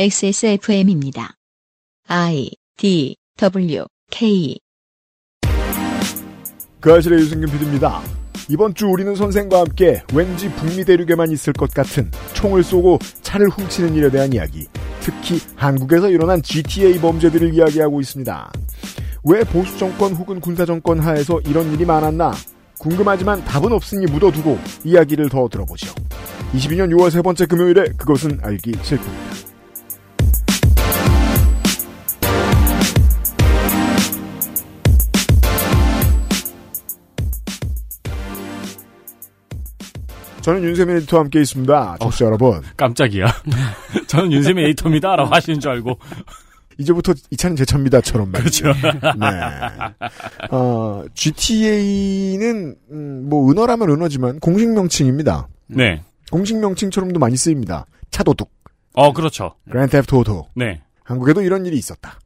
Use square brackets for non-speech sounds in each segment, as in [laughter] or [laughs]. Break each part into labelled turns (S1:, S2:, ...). S1: XSFM입니다. I D W K
S2: 그 아실의 유승균 PD입니다. 이번 주 우리는 선생과 함께 왠지 북미 대륙에만 있을 것 같은 총을 쏘고 차를 훔치는 일에 대한 이야기, 특히 한국에서 일어난 GTA 범죄들을 이야기하고 있습니다. 왜 보수 정권 혹은 군사 정권 하에서 이런 일이 많았나? 궁금하지만 답은 없으니 묻어두고 이야기를 더 들어보죠. 22년 6월 세 번째 금요일에 그것은 알기 싫습니다. 저는 윤세민 에디터와 함께 있습니다. 청취자 여러분.
S3: 깜짝이야. [laughs] 저는 윤세민 에이터입니다.
S2: 네.
S3: 라고 하시는 줄 알고.
S2: 이제부터 이 차는 제 차입니다처럼 말이죠. 네. 어, GTA는 뭐 은어라면 은어지만 공식 명칭입니다.
S3: 네.
S2: 공식 명칭처럼도 많이 쓰입니다. 차도둑,
S3: 어, 그렇죠.
S2: Grand Theft Auto.
S3: 네.
S2: 한국에도 이런 일이 있었다.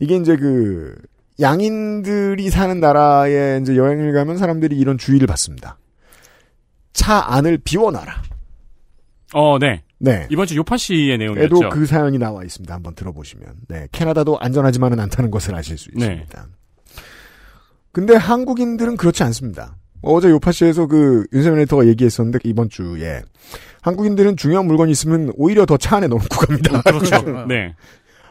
S2: 이게 이제 그 양인들이 사는 나라에 이제 여행을 가면 사람들이 이런 주의를 받습니다. 차 안을 비워놔라.
S3: 어, 네.
S2: 네.
S3: 이번 주 요파 씨의 내용이었죠.
S2: 에도 그 사연이 나와 있습니다. 한번 들어보시면. 네, 캐나다도 안전하지만은 않다는 것을 아실 수
S3: 네.
S2: 있습니다. 근데 한국인들은 그렇지 않습니다. 어제 요파시에서 그 윤세민 에디터가 얘기했었는데 이번 주에 한국인들은 중요한 물건이 있으면 오히려 더 차 안에 넣고 갑니다.
S3: [laughs] 그렇죠. 네.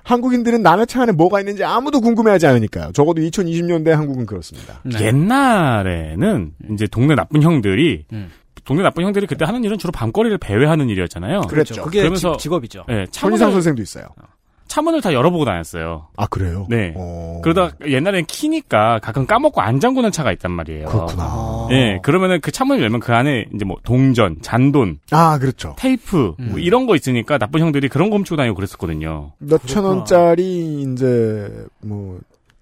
S2: 한국인들은 남의 차 안에 뭐가 있는지 아무도 궁금해하지 않으니까요. 적어도 2020년대 한국은 그렇습니다.
S4: 네.
S3: 옛날에는 이제 동네 나쁜 형들이
S5: 음.
S3: 동네 나쁜 형들이 그때 하는 일은 주로 밤거리를 배회하는 일이었잖아요. 그렇죠.
S4: 그렇죠.
S2: 그랬죠.
S5: 그게
S3: 그러면서-
S5: 직- 직업이죠.
S3: 네,
S2: 손희상
S3: 차문을,
S2: 그렇죠. 선생도 있어요.
S3: 차문을 다 열어보고 다녔어요.
S2: 아 그래요?
S3: 네.
S2: 어.
S3: 그러다 옛날엔 키니까 가끔 까먹고 안 잠그는 차가 있단 말이에요.
S2: 그렇구나.
S6: 아.
S3: 예, 그러면은 그 차문을 열면 그 안에 이제 뭐 동전, 잔돈,
S2: 아 그렇죠.
S3: 테이프 뭐
S5: 음.
S3: 이런 거 있으니까 나쁜 형들이 그런 거 훔치고 다니고 그랬었거든요.
S2: 몇 천
S5: 그렇구나.
S2: 원짜리 이제 뭐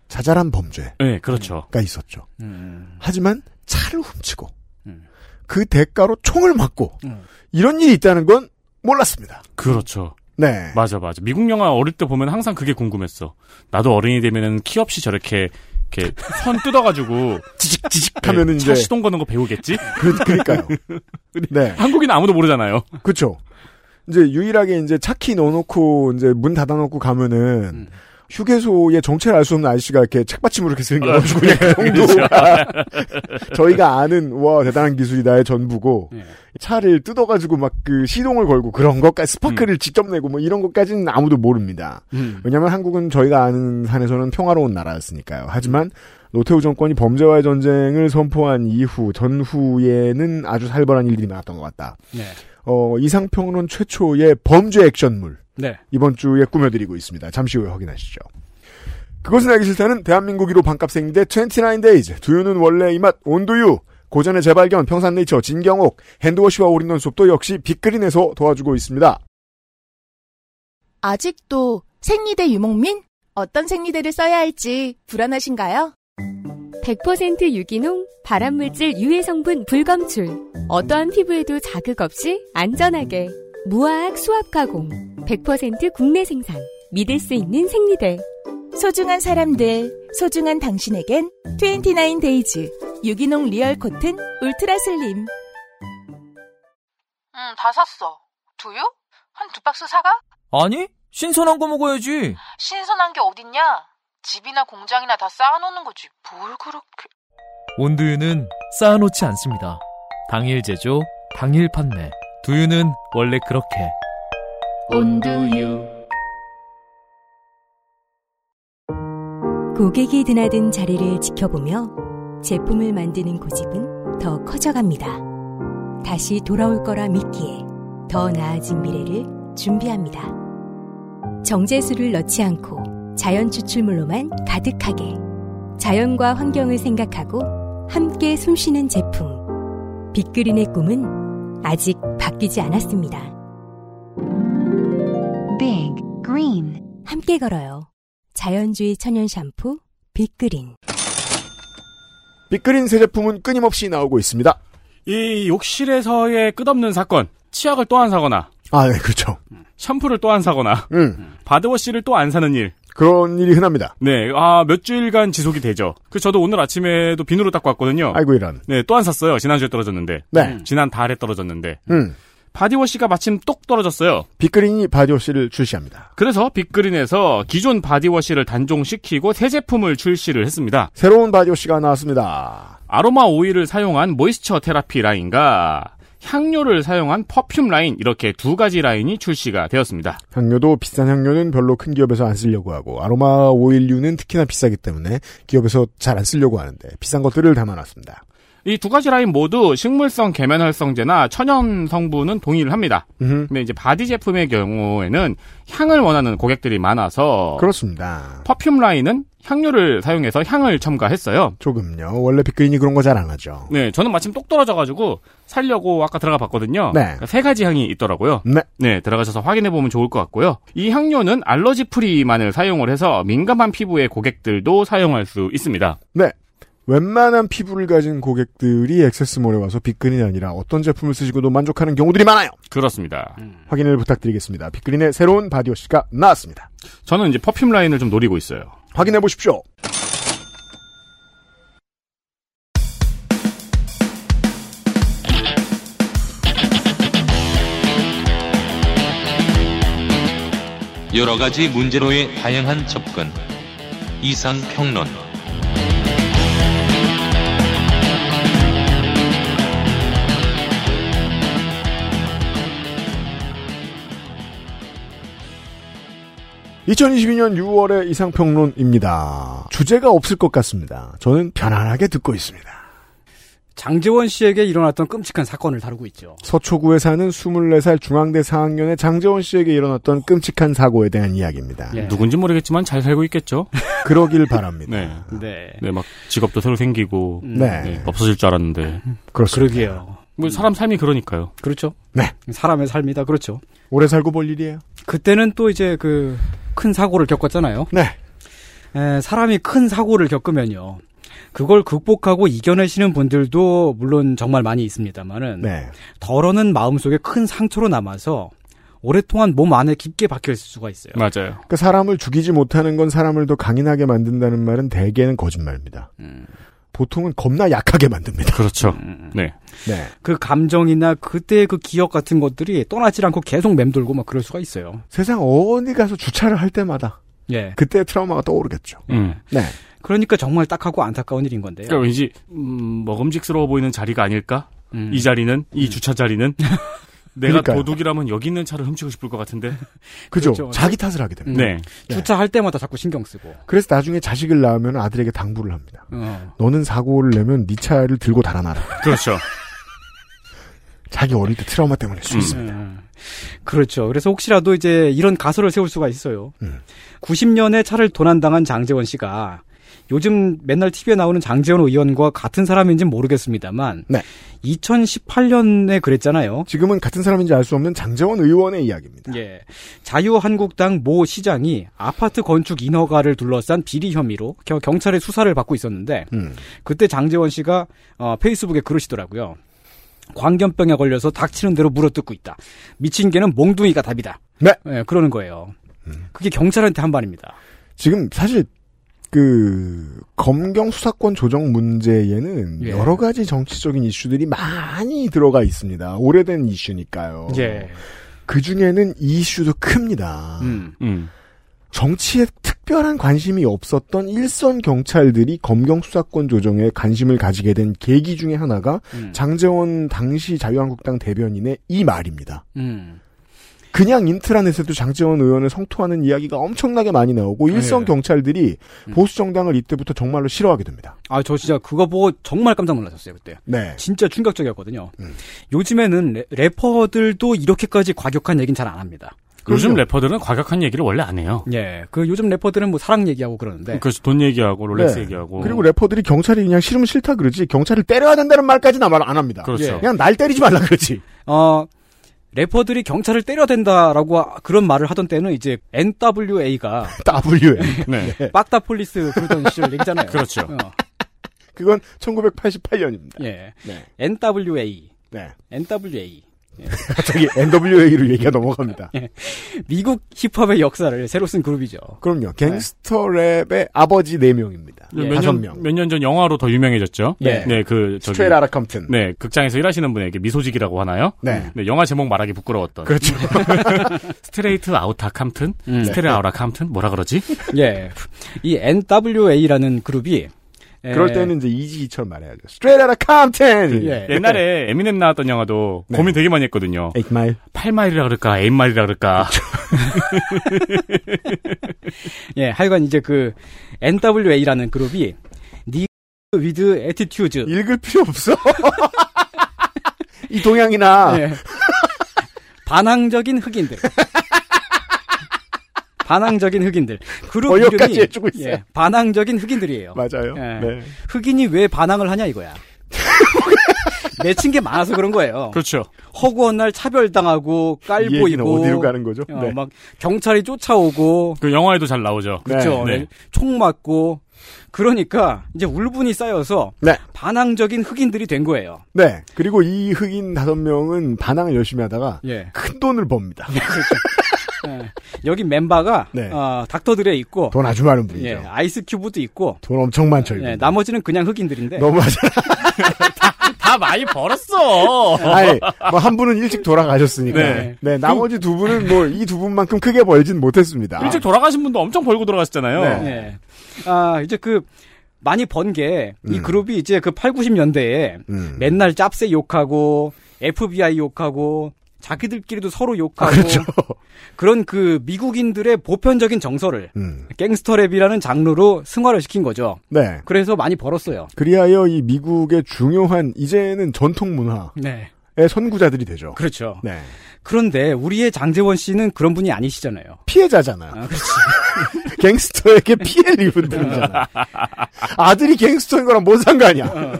S2: 자잘한 범죄가
S3: 네, 그렇죠.
S2: 있었죠.
S5: 음.
S2: 하지만 차를 훔치고
S5: 음.
S2: 그 대가로 총을 맞고
S5: 음.
S2: 이런 일이 있다는 건 몰랐습니다.
S3: 그렇죠.
S2: 네.
S3: 맞아, 맞아. 미국 영화 어릴 때 보면 항상 그게 궁금했어. 나도 어른이 되면은 키 없이 저렇게 이렇게 선
S2: [laughs]
S3: 뜯어가지고 지직 지직
S2: 하면은
S3: 차
S2: 이제-
S3: 시동 거는 거 배우겠지?
S2: 그,
S5: [laughs]
S2: 그러니까요. 네.
S3: 한국인 은 아무도 모르잖아요.
S2: 그렇죠. 이제 유일하게 이제 차키 넣어놓고 이제 문 닫아놓고 가면은
S5: 음.
S2: 휴게소의 정체를 알 수 없는 아저씨가 이렇게 책받침으로 이렇게 쓰는 게 나오고 그냥 그 정도가 [laughs] 저희가 아는 와 대단한 기술이다의 전부고
S5: 예.
S2: 차를 뜯어가지고 막 그 시동을 걸고 그런 것까지 스파크를 직접 내고 뭐 이런 것까지는 아무도 모릅니다.
S5: 음.
S2: 왜냐하면 한국은 저희가 아는 한에서는 평화로운 나라였으니까요. 하지만 노태우 정권이 범죄와의 전쟁을 선포한 이후 전후에는 아주 살벌한 일들이 많았던 것 같다.
S5: 네.
S2: 어, 이상평론 최초의 범죄 액션물
S5: 네.
S2: 이번 주에 꾸며드리고 있습니다. 잠시 후에 확인하시죠. 그것은 알기 싫다는 대한민국 1호 반값 생리대 29days 두유는 원래 이 맛 온두유 고전의 재발견 평산네이처 진경옥 핸드워시와 올인원 수업도 역시 빅그린에서 도와주고 있습니다.
S7: 아직도 생리대 유목민? 어떤 생리대를 써야 할지 불안하신가요?
S8: 100% 유기농, 발암물질 유해 성분 불검출. 어떠한 피부에도 자극 없이 안전하게 무화학 수압 가공. 100% 국내 생산. 믿을 수 있는 생리대.
S7: 소중한 사람들, 소중한 당신에겐 29데이즈 유기농 리얼 코튼 울트라 슬림
S9: 응, 다 샀어. 두유? 한 두 박스 사가?
S4: 아니, 신선한 거 먹어야지.
S9: 신선한 게 어딨냐? 집이나 공장이나 다 쌓아놓는 거지. 뭘 그렇게.
S4: 온두유는 쌓아놓지 않습니다. 당일 제조, 당일 판매. 두유는 원래 그렇게.
S5: 온두유.
S8: 고객이 드나든 자리를 지켜보며 제품을 만드는 고집은 더 커져갑니다. 다시 돌아올 거라 믿기에 더 나아진 미래를 준비합니다. 정제수를 넣지 않고 자연 추출물로만 가득하게 자연과 환경을 생각하고 함께 숨쉬는 제품 빅그린의 꿈은 아직 바뀌지 않았습니다.
S10: Big Green.
S8: 함께 걸어요. 자연주의 천연 샴푸 빅그린
S2: 빅그린 새 제품은 끊임없이 나오고 있습니다.
S3: 이 욕실에서의 끝없는 사건, 치약을 또 안 사거나
S2: 아, 네, 그렇죠.
S3: 샴푸를 또 안 사거나
S2: 음,
S3: 바드워시를 또 안 사는 일.
S2: 그런 일이 흔합니다.
S3: 네, 아, 몇 주일간 지속이 되죠. 그 저도 오늘 아침에도 비누로 닦고 왔거든요.
S2: 아이고 이런.
S3: 네, 또 안 샀어요. 지난주에 떨어졌는데.
S2: 네.
S3: 지난 달에 떨어졌는데.
S2: 음,
S3: 바디워시가 마침 똑 떨어졌어요.
S2: 빅그린이 바디워시를 출시합니다.
S3: 그래서 빅그린에서 기존 바디워시를 단종시키고 새 제품을 출시를 했습니다.
S2: 새로운 바디워시가 나왔습니다.
S3: 아로마 오일을 사용한 모이스처 테라피 라인과 향료를 사용한 퍼퓸 라인 이렇게 두 가지 라인이 출시가 되었습니다.
S2: 향료도 비싼 향료는 별로 큰 기업에서 안 쓰려고 하고 아로마 오일류는 특히나 비싸기 때문에 기업에서 잘 안 쓰려고 하는데 비싼 것들을 담아놨습니다.
S3: 이 두 가지 라인 모두 식물성 계면활성제나 천연 성분은 동일합니다.
S2: 음,
S3: 근데 이제 바디 제품의 경우에는 향을 원하는 고객들이 많아서
S2: 그렇습니다.
S3: 퍼퓸 라인은 향료를 사용해서 향을 첨가했어요.
S2: 조금요. 원래 빅그린이 그런 거 잘 안 하죠.
S3: 네, 저는 마침 똑 떨어져가지고 살려고 아까 들어가 봤거든요.
S2: 네.
S3: 그러니까 세 가지 향이 있더라고요.
S2: 네.
S3: 들어가셔서 확인해 보면 좋을 것 같고요. 이 향료는 알러지 프리만을 사용을 해서 민감한 피부의 고객들도 사용할 수 있습니다.
S2: 웬만한 피부를 가진 고객들이 액세스몰에 와서 빅그린이 아니라 어떤 제품을 쓰시고도 만족하는 경우들이 많아요.
S3: 그렇습니다.
S2: 확인을 부탁드리겠습니다. 빅그린의 새로운 바디워시가 나왔습니다.
S3: 저는 이제 퍼퓸 라인을 좀 노리고 있어요.
S2: 확인해 보십시오.
S11: 여러 가지 문제로의 다양한 접근. 이상 평론.
S2: 이 2022년 6월의 이상평론입니다. 주제가 없을 것 같습니다. 저는 편안하게 듣고 있습니다.
S6: 장재원 씨에게 일어났던 끔찍한 사건을 다루고 있죠.
S2: 서초구에 사는 24살 중앙대 4학년의 장재원 씨에게 일어났던 끔찍한 사고에 대한 이야기입니다.
S6: 예.
S3: 누군지 모르겠지만 잘 살고 있겠죠?
S2: 그러길 바랍니다.
S3: 네.
S6: 네.
S3: 네, 막 직업도 새로 생기고
S6: 음,
S2: 네.
S3: 네, 없어질 줄 알았는데
S2: 그렇습니다.
S6: 그러게요.
S3: 뭐 사람 삶이 그러니까요.
S6: 그렇죠.
S2: 네.
S6: 사람의 삶이다. 그렇죠.
S2: 오래 살고 볼 일이에요.
S6: 그때는 또 이제 그 큰 사고를 겪었잖아요.
S2: 네.
S6: 에, 예, 사람이 큰 사고를 겪으면요. 그걸 극복하고 이겨내시는 분들도 물론 정말 많이 있습니다만은
S2: 네.
S6: 덜어는 마음속에 큰 상처로 남아서 오랫동안 몸 안에 깊게 박혀 있을 수가 있어요.
S3: 맞아요.
S2: 그 사람을 죽이지 못하는 건 사람을 더 강인하게 만든다는 말은 대개는 거짓말입니다.
S6: 음.
S2: 보통은 겁나 약하게 만듭니다.
S3: 그렇죠. 네.
S2: 네.
S6: 그 감정이나 그때의 그 기억 같은 것들이 떠나질 않고 계속 맴돌고 막 그럴 수가 있어요.
S2: 세상 어디 가서 주차를 할 때마다
S6: 예.
S2: 그때의 트라우마가 떠오르겠죠.
S3: 음.
S2: 네.
S6: 그러니까 정말 딱하고 안타까운 일인 건데요.
S3: 그러니까 왠지 음, 먹음직스러워 보이는 자리가 아닐까?
S6: 음.
S3: 이 자리는 이
S2: [laughs]
S3: 주차 자리는 내가
S2: 그러니까요.
S3: 도둑이라면 여기 있는 차를 훔치고 싶을 것 같은데.
S2: 그죠?
S6: 그렇죠.
S2: 자기 탓을 하게 됩니다.
S6: 음.
S3: 네.
S6: 주차할 때마다 자꾸 신경 쓰고.
S2: 그래서 나중에 자식을 낳으면 아들에게 당부를 합니다.
S6: 어.
S2: 너는 사고를 내면 네 차를 들고 달아나라. [laughs]
S3: 그렇죠.
S2: 자기 어릴 때 트라우마 때문일 수
S3: 음.
S2: 있습니다.
S6: 음. 그렇죠. 그래서 혹시라도 이제 이런 가설을 세울 수가 있어요.
S2: 음.
S6: 90년에 차를 도난당한 장재원 씨가 요즘 맨날 TV에 나오는 장재원 의원과 같은 사람인지는 모르겠습니다만
S2: 네.
S6: 2018년에 그랬잖아요.
S2: 지금은 같은 사람인지 알 수 없는 장재원 의원의 이야기입니다.
S6: 예. 자유한국당 모 시장이 아파트 건축 인허가를 둘러싼 비리 혐의로 겨- 경찰의 수사를 받고 있었는데
S2: 음.
S6: 그때 장재원 씨가 어, 페이스북에 그러시더라고요. 광견병에 걸려서 닥치는 대로 물어뜯고 있다. 미친 개는 몽둥이가 답이다.
S2: 네.
S6: 예, 그러는 거예요. 그게 경찰한테 한 말입니다.
S2: 지금 사실 그 검경 수사권 조정 문제에는
S6: 예.
S2: 여러 가지 정치적인 이슈들이 많이 들어가 있습니다. 오래된 이슈니까요.
S6: 예.
S2: 그 중에는 이 이슈도 큽니다.
S6: 음.
S3: 음.
S2: 정치에 특별한 관심이 없었던 일선 경찰들이 검경 수사권 조정에 관심을 가지게 된 계기 중에 하나가
S6: 음.
S2: 장재원 당시 자유한국당 대변인의 이 말입니다.
S6: 음.
S2: 그냥 인트라넷에도 장재원 의원을 성토하는 이야기가 엄청나게 많이 나오고 일선
S3: 네.
S6: 예.
S2: 경찰들이
S3: 음.
S2: 보수 정당을 이때부터 정말로 싫어하게 됩니다.
S6: 아, 저 진짜 그거 보고 정말 깜짝 놀랐었어요, 그때.
S2: 네.
S6: 진짜 충격적이었거든요.
S2: 음.
S6: 요즘에는 레- 래퍼들도 이렇게까지 과격한 얘기는 잘 안 합니다.
S3: 요즘
S2: 그럼요.
S3: 래퍼들은 과격한 얘기를 원래 안 해요.
S6: 예. 그 요즘 래퍼들은 뭐 사랑 얘기하고
S2: 음,
S6: 그러는데.
S3: 그래서 돈 얘기하고 롤렉스
S2: 네.
S3: 얘기하고.
S2: 그리고 래퍼들이 경찰이 그냥 싫으면 싫다 그러지 경찰을 때려야 된다는 말까지는 아마 안 합니다.
S3: 그렇죠.
S6: 예.
S2: 그냥 날 때리지 말라
S3: [laughs]
S2: 그러지.
S6: 어, 래퍼들이 경찰을 때려댄다라고 아- 그런 말을 하던 때는 이제 NWA가
S2: WM.
S3: 네.
S6: 빡다 폴리스 그러던 시절 얘기잖아요.
S3: 그렇죠.
S6: 어,
S2: 그건 1988년입니다.
S6: 예.
S2: 네.
S6: NWA.
S2: 네.
S6: NWA.
S2: 갑자기 NWA로 얘기가 넘어갑니다.
S3: 예.
S6: 미국 힙합의 역사를 새로 쓴 그룹이죠.
S2: 그럼요. 갱스터 랩의 아버지 4명입니다.
S3: 네. 몇
S2: 5명.
S3: 년 몇 년 전 영화로 더 유명해졌죠.
S2: 예.
S3: 네, 그 저기
S2: 스트레이트 아라 컴튼.
S3: 네, 극장에서 일하시는 분에게 미소직이라고 하나요?
S2: 네.
S3: 영화 제목 말하기 부끄러웠던.
S2: 그렇죠.
S3: [laughs] 스트레이트 아우타 캄튼,
S6: 음.
S3: 스트레
S6: 네.
S3: 아우라 캄튼, 뭐라 그러지?
S6: 예. 이 NWA라는 그룹이 예, 에,
S2: 그럴 때는 이제 이지기철 말해야죠. 스트레이트 아라
S6: 그,
S2: 컴튼!
S3: 예. 옛날에 에미넴 나왔던 영화도
S2: 네.
S3: 고민 되게 많이 했거든요.
S2: 8마일?
S3: 8마일이라 그럴까, 8마일이라 그럴까.
S2: 그렇죠.
S6: 예, 하여간 이제 그 NWA라는 그룹이 니 위드 에티튜즈
S2: 읽을 필요 없어. [laughs] 이
S6: 네.
S2: 동양이나
S6: 아, 예. 반항적인 흑인들. 반항적인 흑인들. 그룹
S2: 번역까지
S6: 이름이
S2: 해주고 있어요.
S6: 예, 반항적인 흑인들이에요.
S2: 맞아요.
S6: 예.
S2: 네.
S6: 흑인이 왜 반항을
S2: [laughs]
S6: 하냐 이거야. 맺힌 게 많아서 그런 거예요.
S3: 그렇죠.
S6: 허구한 날 차별당하고
S2: 이 얘기는
S6: 깔보이고
S2: 어디로 가는 거죠?
S6: 어,
S2: 네.
S6: 막 경찰이 쫓아오고
S3: 그 영화에도 잘 나오죠.
S6: 그렇죠.
S3: 네.
S6: 네. 총 맞고 그러니까 이제 울분이 쌓여서
S2: 네.
S6: 반항적인 흑인들이 된 거예요.
S2: 네. 그리고 이 흑인 다섯 명은 반항을 열심히 하다가
S6: 예. 네.
S2: 큰 돈을 법니다.
S6: 예. 여기 멤버가
S2: 네.
S6: 어, 닥터들에 있고
S2: 돈 아주 많은 분이죠.
S6: 예, 아이스 큐브도 있고
S2: 돈 엄청 많죠. 이분.
S6: 예, 나머지는 네. 그냥 흑인들인데
S2: 너무하잖아.
S3: [laughs] 다 많이 벌었어!
S2: 아니, 뭐 한 분은 일찍 돌아가셨으니까.
S3: 네.
S2: 네.
S6: 그
S2: 나머지 두 분은 뭐 이 두 분만큼 크게 벌진 못했습니다.
S3: 일찍 돌아가신 분도 엄청 벌고 돌아가셨잖아요.
S2: 네.
S6: 예. 아, 이제 그 많이 번 게 이
S2: 음.
S6: 그룹이 이제 그 8, 90년대에
S2: 음.
S6: 맨날 짭새 욕하고 FBI 욕하고 자기들끼리도 서로 욕하고
S2: 그렇죠.
S6: 런그 미국인들의 보편적인 정서를
S2: 음.
S6: 갱스터랩이라는 장르로 승화를 시킨 거죠.
S2: 네.
S6: 그래서 많이 벌었어요.
S2: 그리하여 이 미국의 중요한 이제는 전통 문화의
S6: 네.
S2: 선구자들이 되죠.
S6: 그렇죠.
S2: 네.
S6: 그런데 우리의 장재원 씨는 그런 분이 아니시잖아요.
S2: 피해자잖아요.
S6: 아, 그렇지.
S2: [laughs] 갱스터에게 피해를 입은 분이잖아. 아들이 갱스터인 거랑 뭔 상관이야.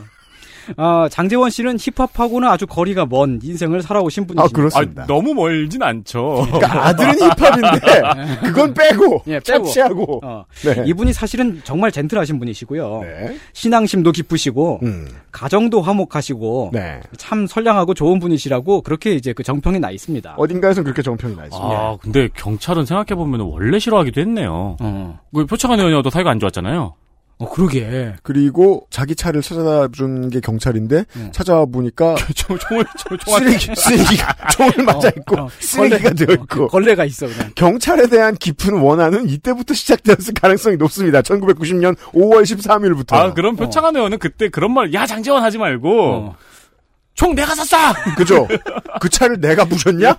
S6: 아, 장재원 씨는 힙합하고는 아주 거리가 먼 인생을 살아오신 분이십니다.
S2: 아,
S3: 아,
S2: 그렇습니다.
S3: 너무 멀진 않죠.
S2: 그러니까 아들은 힙합인데 그건 빼고
S6: 예, 빼고.
S2: 착취하고.
S6: 어,
S2: 네.
S6: 이분이 사실은 정말 젠틀하신 분이시고요.
S2: 네.
S6: 신앙심도 깊으시고
S2: 음.
S6: 가정도 화목하시고
S2: 네.
S6: 참 선량하고 좋은 분이시라고 그렇게 이제 그 정평이 나 있습니다.
S2: 어딘가에선 그렇게 정평이 예. 나 있습니다.
S3: 아, 근데 경찰은 생각해보면 원래 싫어하기도 했네요.
S6: 어,
S3: 그 표창한 의원이와도 사이가 안 좋았잖아요.
S6: 어, [laughs] 그러게.
S2: 그리고 자기 차를 찾아다 준 게 경찰인데
S6: 음.
S2: 찾아와 보니까
S3: 총, 총을, 총,
S2: 쓰레기 쓰레기가 총을 맞아 있고
S6: 어, 어,
S2: 쓰레기가 되어 있고
S6: 걸레가 있어 그냥.
S2: 경찰에 대한 깊은 원한은 이때부터 시작되었을 가능성이 높습니다. 1990년 5월 13일부터.
S3: 아, 그럼 표창한 의원은 그때 그런 말, 야, 장재원 하지 말고,
S6: 어.
S3: 총 내가 샀어!
S2: 그죠? 그 차를 내가 부셨냐?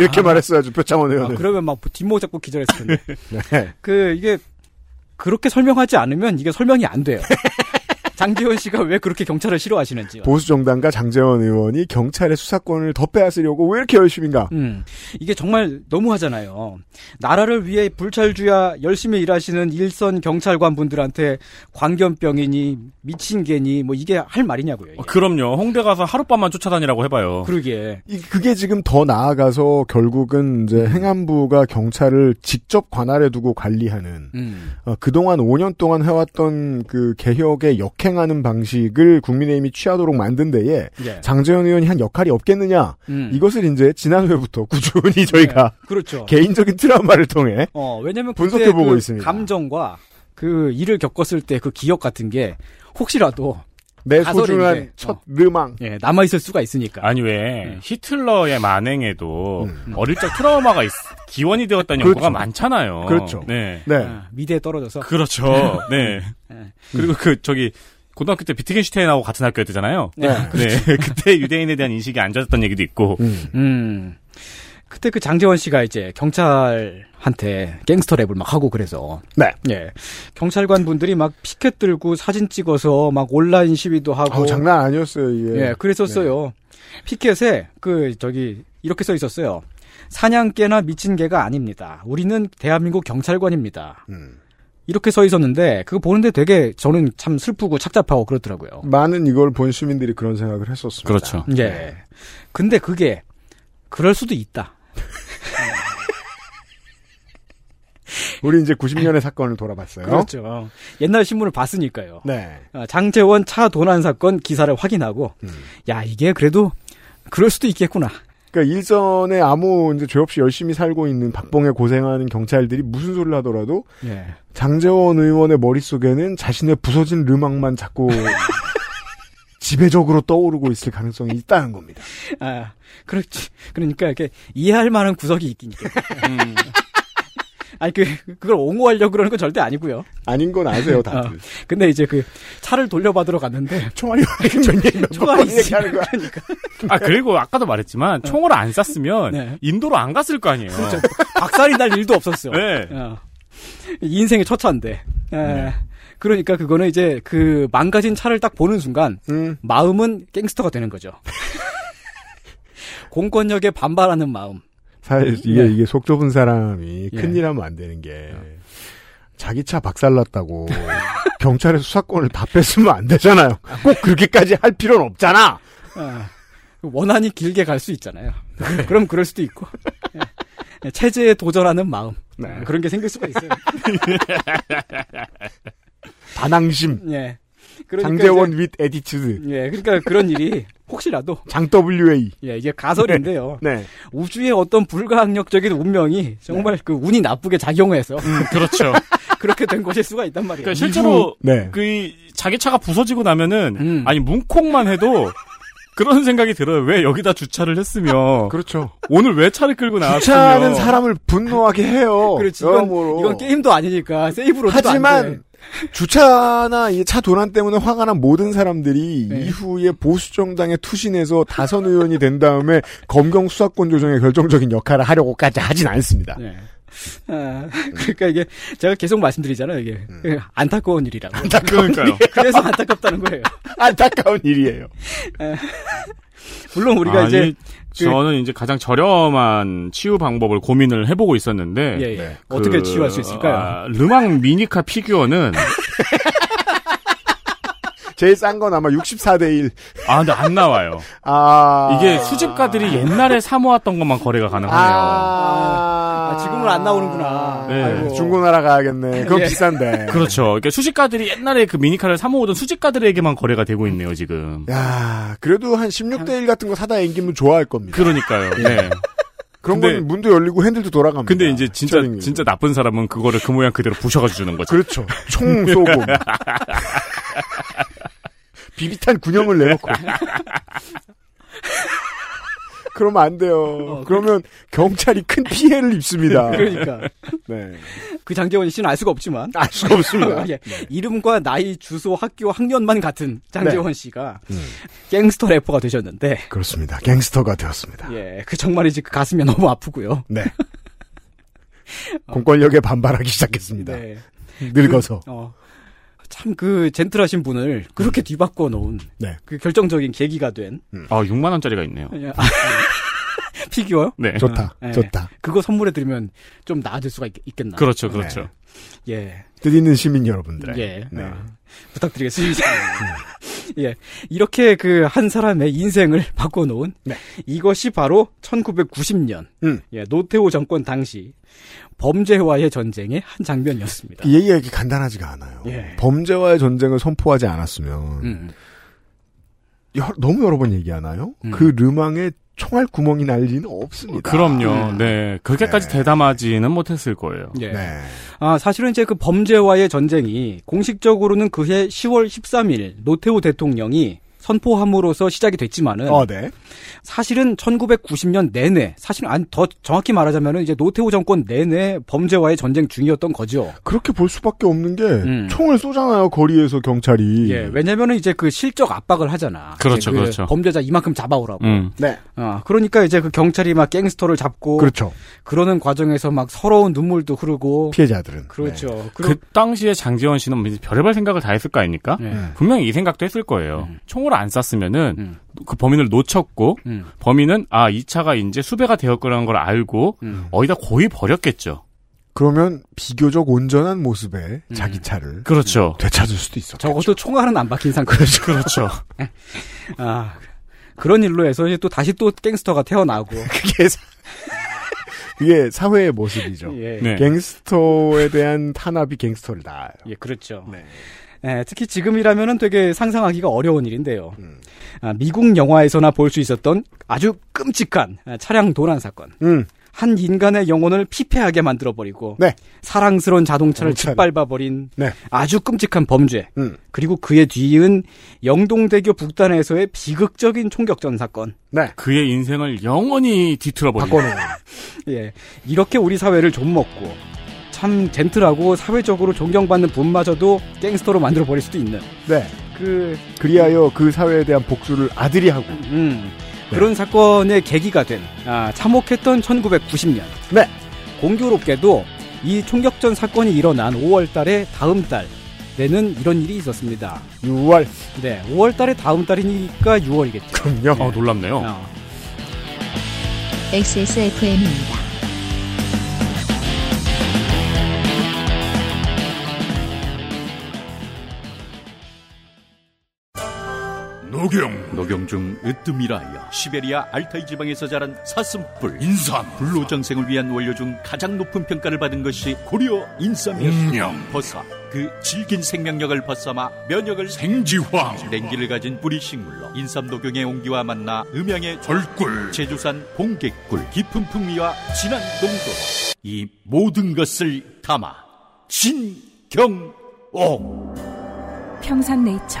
S2: 이렇게 말했어야죠, 표창원
S6: 아,
S2: 의원은.
S6: 그러면 막 뒷목 잡고 기절했을 [laughs] 텐데.
S2: 네.
S6: 그 이게 그렇게 설명하지 않으면 이게 설명이 안 돼요. [laughs] 장재원 씨가 왜 그렇게 경찰을 싫어하시는지.
S2: 보수정당과 장재원 의원이 경찰의 수사권을 더 빼앗으려고 왜 이렇게 열심인가?
S6: 음, 이게 정말 너무하잖아요. 나라를 위해 불찰주야 열심히 일하시는 일선 경찰관 분들한테 광견병이니 미친 개니 뭐 이게 할 말이냐고요. 이게.
S3: 어, 그럼요. 홍대 가서 하룻밤만 쫓아다니라고
S6: 어.
S3: 해봐요.
S6: 그러게.
S2: 이- 그게 지금 더 나아가서 결국은 이제 행안부가 경찰을 직접 관할해 두고 관리하는
S6: 음,
S2: 어, 그동안 5년 동안 해왔던 그 개혁에 역행하는 방식을 국민의힘이 취하도록 만든 데에
S6: 예.
S2: 장재현 의원이 한 역할이 없겠느냐
S6: 음.
S2: 이것을 이제 지난 회부터 [laughs] 꾸준히 저희가
S6: 그렇죠.
S2: 개인적인 트라우마를 통해
S6: 어, 왜냐면 그때
S2: 분석해보고
S6: 그
S2: 있습니다.
S6: 감정과 그 일을 겪었을 때 그 기억 같은 게 혹시라도
S2: 내
S6: 가설인데.
S2: 소중한 첫
S6: 어.
S2: 르망
S6: 예, 남아 있을 수가 있으니까.
S3: 아니, 왜, 히틀러의 만행에도
S2: 음.
S3: 어릴 적 트라우마가 있- 기원이 되었다는
S2: 그렇죠.
S3: 연구가 많잖아요.
S2: 그렇죠.
S3: 네.
S2: 네.
S6: 아, 미대에 떨어져서
S3: 그렇죠. 네.
S6: 네.
S3: 그리고 그, 저기, 고등학교 때 비트겐슈타인하고 같은 학교였잖아요.
S6: 네.
S3: 네. [laughs] 그때 유대인에 대한 인식이 안 좋았던 얘기도 있고.
S2: 음.
S6: 음. 그때 그 장재원 씨가 이제 경찰한테 갱스터 랩을 막 하고 그래서.
S2: 네.
S6: 예. 경찰관 분들이 막 피켓 들고 사진 찍어서 막 온라인 시위도 하고.
S2: 아우, 장난 아니었어요 이게.
S6: 예, 그랬었어요.
S2: 네.
S6: 피켓에 그, 저기, 이렇게 써 있었어요. 사냥개나 미친 개가 아닙니다. 우리는 대한민국 경찰관입니다.
S2: 음.
S6: 이렇게 써 있었는데, 그거 보는데 되게 저는 참 슬프고 착잡하고 그렇더라고요.
S2: 많은 이걸 본 시민들이 그런 생각을 했었습니다.
S3: 그렇죠.
S6: 예.
S2: 네.
S6: 근데 그게 그럴 수도 있다.
S2: 우리 이제 90년의 사건을 돌아봤어요.
S6: 그렇죠. 옛날 신문을 봤으니까요.
S2: 네.
S6: 아, 장재원 차 도난 사건 기사를 확인하고,
S2: 음.
S6: 야, 이게 그래도 그럴 수도 있겠구나.
S2: 그러니까 일선에 아무 이제 죄 없이 열심히 살고 있는 박봉에 고생하는 경찰들이 무슨 소리를 하더라도
S6: 예.
S2: 장재원 의원의 머릿속에는 자신의 부서진 르망만 [laughs] 자꾸 지배적으로 떠오르고 있을 가능성이 있다는 겁니다.
S6: 아, 그렇지. 그러니까 이렇게 이해할 만한 구석이 있긴 있겠
S3: 음.
S6: 아니 그 그걸 옹호하려고 그러는 건 절대 아니고요.
S2: 아닌 건 아세요, 다들.
S6: 근데 이제 그 차를 돌려받으러 갔는데
S2: [laughs] 총알이
S6: 총알이
S2: 몇 얘기하는 거야.
S3: 아 그리고 아까도 말했지만 총을 안 쐈으면 인도로 안 갔을 거 아니에요.
S6: 그렇죠. 박살이 날 일도 없었어요.
S3: 네.
S6: 어. 이 인생의 첫 차인데. 예. 그러니까 그거는 이제 그 망가진 차를 딱 보는 순간 마음은 갱스터가
S3: [laughs]
S6: 되는 거죠. 공권력에 반발하는 마음.
S2: 사실 이게
S6: 네.
S2: 이게 속 좁은 사람이
S6: 예. 어.
S2: 큰일 하면 안 되는 게 자기 차 박살났다고 [laughs] 경찰에 수사권을 다 뺏으면 안 되잖아요. 꼭 그렇게까지 할 필요는 없잖아.
S6: 아, 원한이 길게 갈 수 있잖아요. 그럼 그럴 수도 있고. 예. 체제에 도전하는 마음. 아, 그런 게 생길 수가 있어요.
S2: 반항심.
S6: 예.
S2: 장재원 윗 에디츠드.
S6: 이제- 예. 그러니까 그런 일이 혹시라도
S2: 장 WA.
S6: 예, 이게 가설인데요.
S2: 네.
S6: 우주의 어떤 불가항력적인 운명이 정말 그 운이 나쁘게 작용해서
S3: 그렇죠.
S6: 그렇게 된 것일 수가 있단 말이에요.
S3: 그러니까 실제로
S2: 네.
S3: 그이 자기 차가 부서지고 나면은 아니 문콕만 해도 그런 생각이 들어요. 왜 여기다 주차를 했으며
S2: 그렇죠.
S3: 오늘 왜 차를 끌고 나왔으며
S2: 주차하는 사람을 분노하게 해요.
S6: 그렇지. 이건,
S2: 여러모로.
S6: 이건 게임도 아니니까 세이브로도
S2: 뭐,
S6: 안 돼.
S2: 하지만 주차나 이 차 도난 때문에 화가 난 모든 사람들이
S6: 네.
S2: 이후에 보수 정당에 투신해서 다선 의원이 된 다음에 검경 수사권 조정에 결정적인 역할을 하려고까지 하진 않습니다.
S6: 예. 아, 그러니까 이게 제가 계속 말씀드리잖아요. 이게 예, 안타까운 일이라고.
S3: 그러니까요.
S6: 그래서 안타깝다는 거예요.
S2: 안타까운 일이에요.
S6: 물론 우리가
S3: 아니,
S6: 이제 그-
S3: 저는 이제 가장 저렴한 치유 방법을 고민을 해보고 있었는데 그
S6: 예, 예.
S2: 네. 그,
S6: 어떻게 치유할 수 있을까요?
S3: 아, 르망 미니카 피규어는
S2: 제일 싼 건 아마 64대 1.
S3: 아 근데 안 나와요.
S2: 아
S3: 이게 수집가들이 예. 옛날에 사모았던 것만 거래가
S6: 아.
S3: 가능하네요.
S2: 아,
S6: 지금은 안 나오는구나.
S3: 네.
S6: 아이고.
S2: 중고나라 가야겠네. 그건
S6: 예.
S2: 비싼데.
S3: [laughs] 그렇죠. 그러니까 수집가들이 옛날에 그 미니카를 사모으던 수집가들에게만 거래가 되고 있네요 지금.
S2: 야, 그래도 한 16대 1 같은 거 사다 앵기면 좋아할 겁니다.
S3: 그러니까요.
S6: 예.
S3: 네.
S2: 그런
S3: 근데-
S2: 건 문도 열리고 핸들도 돌아갑니다.
S3: 근데 이제 진짜
S2: 스티어링이.
S3: 진짜 나쁜 사람은 그거를 그 모양 그대로 부셔가지고 주는 거죠.
S2: 그렇죠. 총 쏘고 비비탄 군형을 내놓고 그러면 안 돼요. 그러면 경찰이 큰 피해를 입습니다.
S6: 어, 그러니까
S2: 네.
S6: 그 장재원 씨는 알 수가 없지만
S2: 알 수가 없습니다.
S6: [laughs]
S2: 네.
S6: 예. 이름과 나이, 주소, 학교, 학년만 같은
S2: 네.
S6: 장재원 씨가
S2: 음.
S6: 갱스터 래퍼가 되셨는데
S2: 그렇습니다. 갱스터가 되었습니다.
S6: 예, 그 정말이지 그 가슴이 [laughs] 너무 아프고요.
S2: 네. 공권력에 반발하기 시작했습니다.
S6: 네.
S2: 늙어서.
S6: 어. 참 그 젠틀하신 분을 그렇게 뒤바꿔 놓은
S2: 음. 네. 음.
S6: 그 결정적인 계기가 된
S3: 아 6만 원짜리가 있네요.
S6: 그 예. [laughs] 아, 피규어요?
S3: 네.
S2: 좋다.
S6: 네.
S2: 좋다.
S6: 그거 선물해 드리면 좀 나아질 수가 있, 겠나
S3: 그렇죠, 그렇죠.
S6: 예.
S2: 뜻 있는 시민 여러분들.
S6: 예.
S2: 네.
S6: 어, 부탁드리겠습니다. [laughs] 예. 이렇게 그 한 사람의 인생을 [laughs] 바꿔 놓은
S2: 네.
S6: 이것이 바로 1990년
S2: 음.
S6: 예, 노태우 정권 당시 범죄와의 전쟁의 한 장면이었습니다.
S2: 이 얘기가 이렇게 간단하지가 않아요.
S6: 예.
S2: 범죄와의 전쟁을 선포하지 않았으면
S6: 음.
S2: 여- 너무 여러 번 얘기하나요? 그 르망에 총알 구멍이 날 리는 없습니다.
S3: 음. 그럼요. 네. 그렇게까지
S2: 네.
S3: 대담하지는 못했을 거예요.
S6: 예.
S2: 네.
S6: 아, 사실은 이제 그 범죄와의 전쟁이 공식적으로는 그해 10월 13일 노태우 대통령이 선포함으로써 시작이 됐지만은
S2: 어, 네.
S6: 사실은 1990년 내내 사실은 안 더 정확히 말하자면은 이제 노태우 정권 내내 범죄와의 전쟁 중이었던 거죠.
S2: 그렇게 볼 수밖에 없는 게
S6: 음.
S2: 총을 쏘잖아요 거리에서 경찰이.
S6: 예. 왜냐면은 이제 그 실적 압박을 하잖아.
S3: 그렇죠,
S6: 이제 그
S3: 그렇죠.
S6: 범죄자 이만큼 잡아오라고.
S3: 음.
S2: 네.
S6: 아, 그러니까 이제 그 경찰이 막 갱스터를 잡고
S2: 그렇죠.
S6: 그러는 과정에서 막 서러운 눈물도 흐르고
S2: 피해자들은.
S6: 그렇죠.
S2: 네.
S6: 그러-
S3: 그 당시에 장재원 씨는 뭐 이제 별의별 생각을 다 했을 거 아닙니까?
S6: 예.
S2: 음.
S3: 분명히 이 생각도 했을 거예요. 총을 안 쐈으면은
S6: 음.
S3: 그 범인을 놓쳤고
S6: 음.
S3: 범인은 아 이 차가 이제 수배가 되었 거라는 걸 알고
S6: 음.
S3: 어디다 고이 버렸겠죠.
S2: 그러면 비교적 온전한 모습의
S3: 음.
S2: 자기 차를
S3: 그렇죠.
S2: 되찾을 수도 있어. [laughs]
S6: 적어도 총알은 안 박힌 상태.
S3: 그렇죠.
S6: 아, 그런 일로 해서 이제 또 다시 또 갱스터가 태어나고.
S2: 그게 사... [laughs] 그게 사회의 모습이죠.
S6: 예.
S3: 네.
S2: 갱스터에 대한 탄압이 갱스터를 낳아요.
S6: 예, 그렇죠. 예, 특히 지금이라면은 되게 상상하기가 어려운 일인데요. 아, 미국 영화에서나 볼 수 있었던 아주 끔찍한 아, 차량 도난 사건.
S2: 음,
S6: 한 인간의 영혼을 피폐하게 만들어버리고 사랑스러운 네. 자동차를
S2: 자동차를.
S6: 짓밟아버린
S2: 네.
S6: 아주 끔찍한 범죄.
S2: 음.
S6: 그리고 그의 뒤이은 영동대교 북단에서의 비극적인 총격전 사건.
S2: 네.
S3: 그의 인생을 영원히 뒤틀어버린.
S6: 예. 이렇게 우리 사회를 좀 먹고 참 젠틀하고 사회적으로 존경받는 분마저도 갱스터로 만들어 버릴 수도 있는
S2: 네.
S6: 그
S2: 그리하여 그 사회에 대한 복수를 아들이 하고.
S6: 음.
S3: 네.
S6: 그런 사건의 계기가 된 아, 참혹했던 1990년.
S2: 네.
S6: 공교롭게도 이 총격전 사건이 일어난 5월 달에 다음 달 내는 이런 일이 있었습니다.
S2: 6월.
S6: 네, 5월 달에 다음 달이니까 6월이겠죠. 어,
S2: 그럼요.
S3: 아, 놀랍네요.
S1: XSFM입니다.
S12: 노경 노경중 으뜸이라여 시베리아 알타이 지방에서 자란 사슴뿔 인삼 불로장생을 위한 원료 중 가장 높은 평가를 받은 것이 고려 인삼이었습니다
S13: 음영.
S12: 버섯 그 질긴 생명력을 벗삼아 면역을 생지황 냉기를 가진 뿌리 식물로 인삼 녹용의 온기와 만나 음양의 절꿀 제주산 봉개꿀 깊은 풍미와 진한 농도 이 모든 것을 담아 진경옥
S14: 평산네이처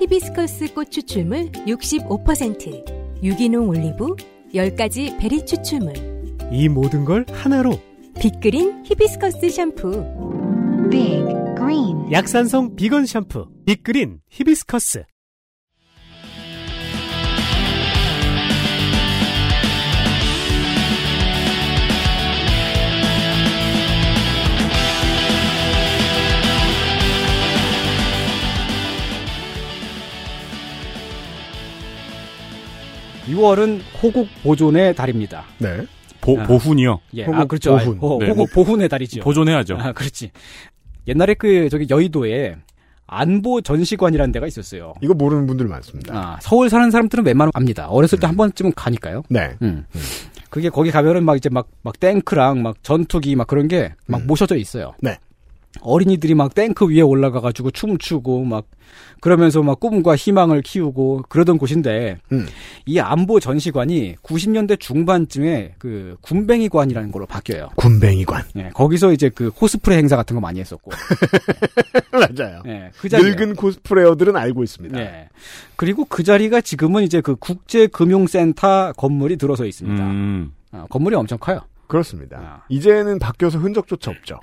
S15: 히비스커스 꽃 추출물 65%, 유기농 올리브, 10가지 베리 추출물,
S16: 이 모든 걸 하나로
S15: 빅그린 히비스커스 샴푸.
S10: Big green.
S16: 약산성 비건 샴푸 빅그린 히비스커스
S6: 유 6월은 호국 보존의 달입니다.
S2: 네.
S3: 보,
S6: 아.
S3: 보훈이요.
S6: 예, 아 그렇죠. 아, 호,
S3: 네,
S6: 호국 보훈의 달이죠.
S3: 보존해야죠.
S6: 아 그렇지. 옛날에 그 저기 여의도에 안보 전시관이라는 데가 있었어요.
S2: 이거 모르는 분들
S3: 예.
S2: 많습니다.
S6: 아, 서울 사는 사람들은 웬만하면 압니다. 어렸을
S3: 음.
S6: 때 한 번쯤은 가니까요.
S2: 네.
S6: 음. 그게 거기 가면은 막 이제 막, 막 탱크랑 막 전투기 막 그런 게 막 모셔져 있어요.
S2: 네.
S6: 어린이들이 막 탱크 위에 올라가가지고 춤추고 막 그러면서 막 꿈과 희망을 키우고 그러던 곳인데
S2: 음.
S6: 이 안보 전시관이 90년대 중반쯤에 그 군뱅이관이라는 걸로 바뀌어요.
S2: 군뱅이관.
S6: 예, 거기서 이제 그 코스프레 행사 같은 거 많이 했었고.
S2: [laughs] 맞아요.
S3: 네.
S6: 예, 그 자리에.
S2: 늙은 코스프레어들은 알고 있습니다.
S6: 네. 그리고 그 자리가 지금은 이제 그 국제금융센터 건물이 들어서 있습니다.
S2: 음.
S3: 음.
S6: 아, 건물이 엄청 커요.
S2: 그렇습니다. 이제는 바뀌어서 흔적조차 없죠.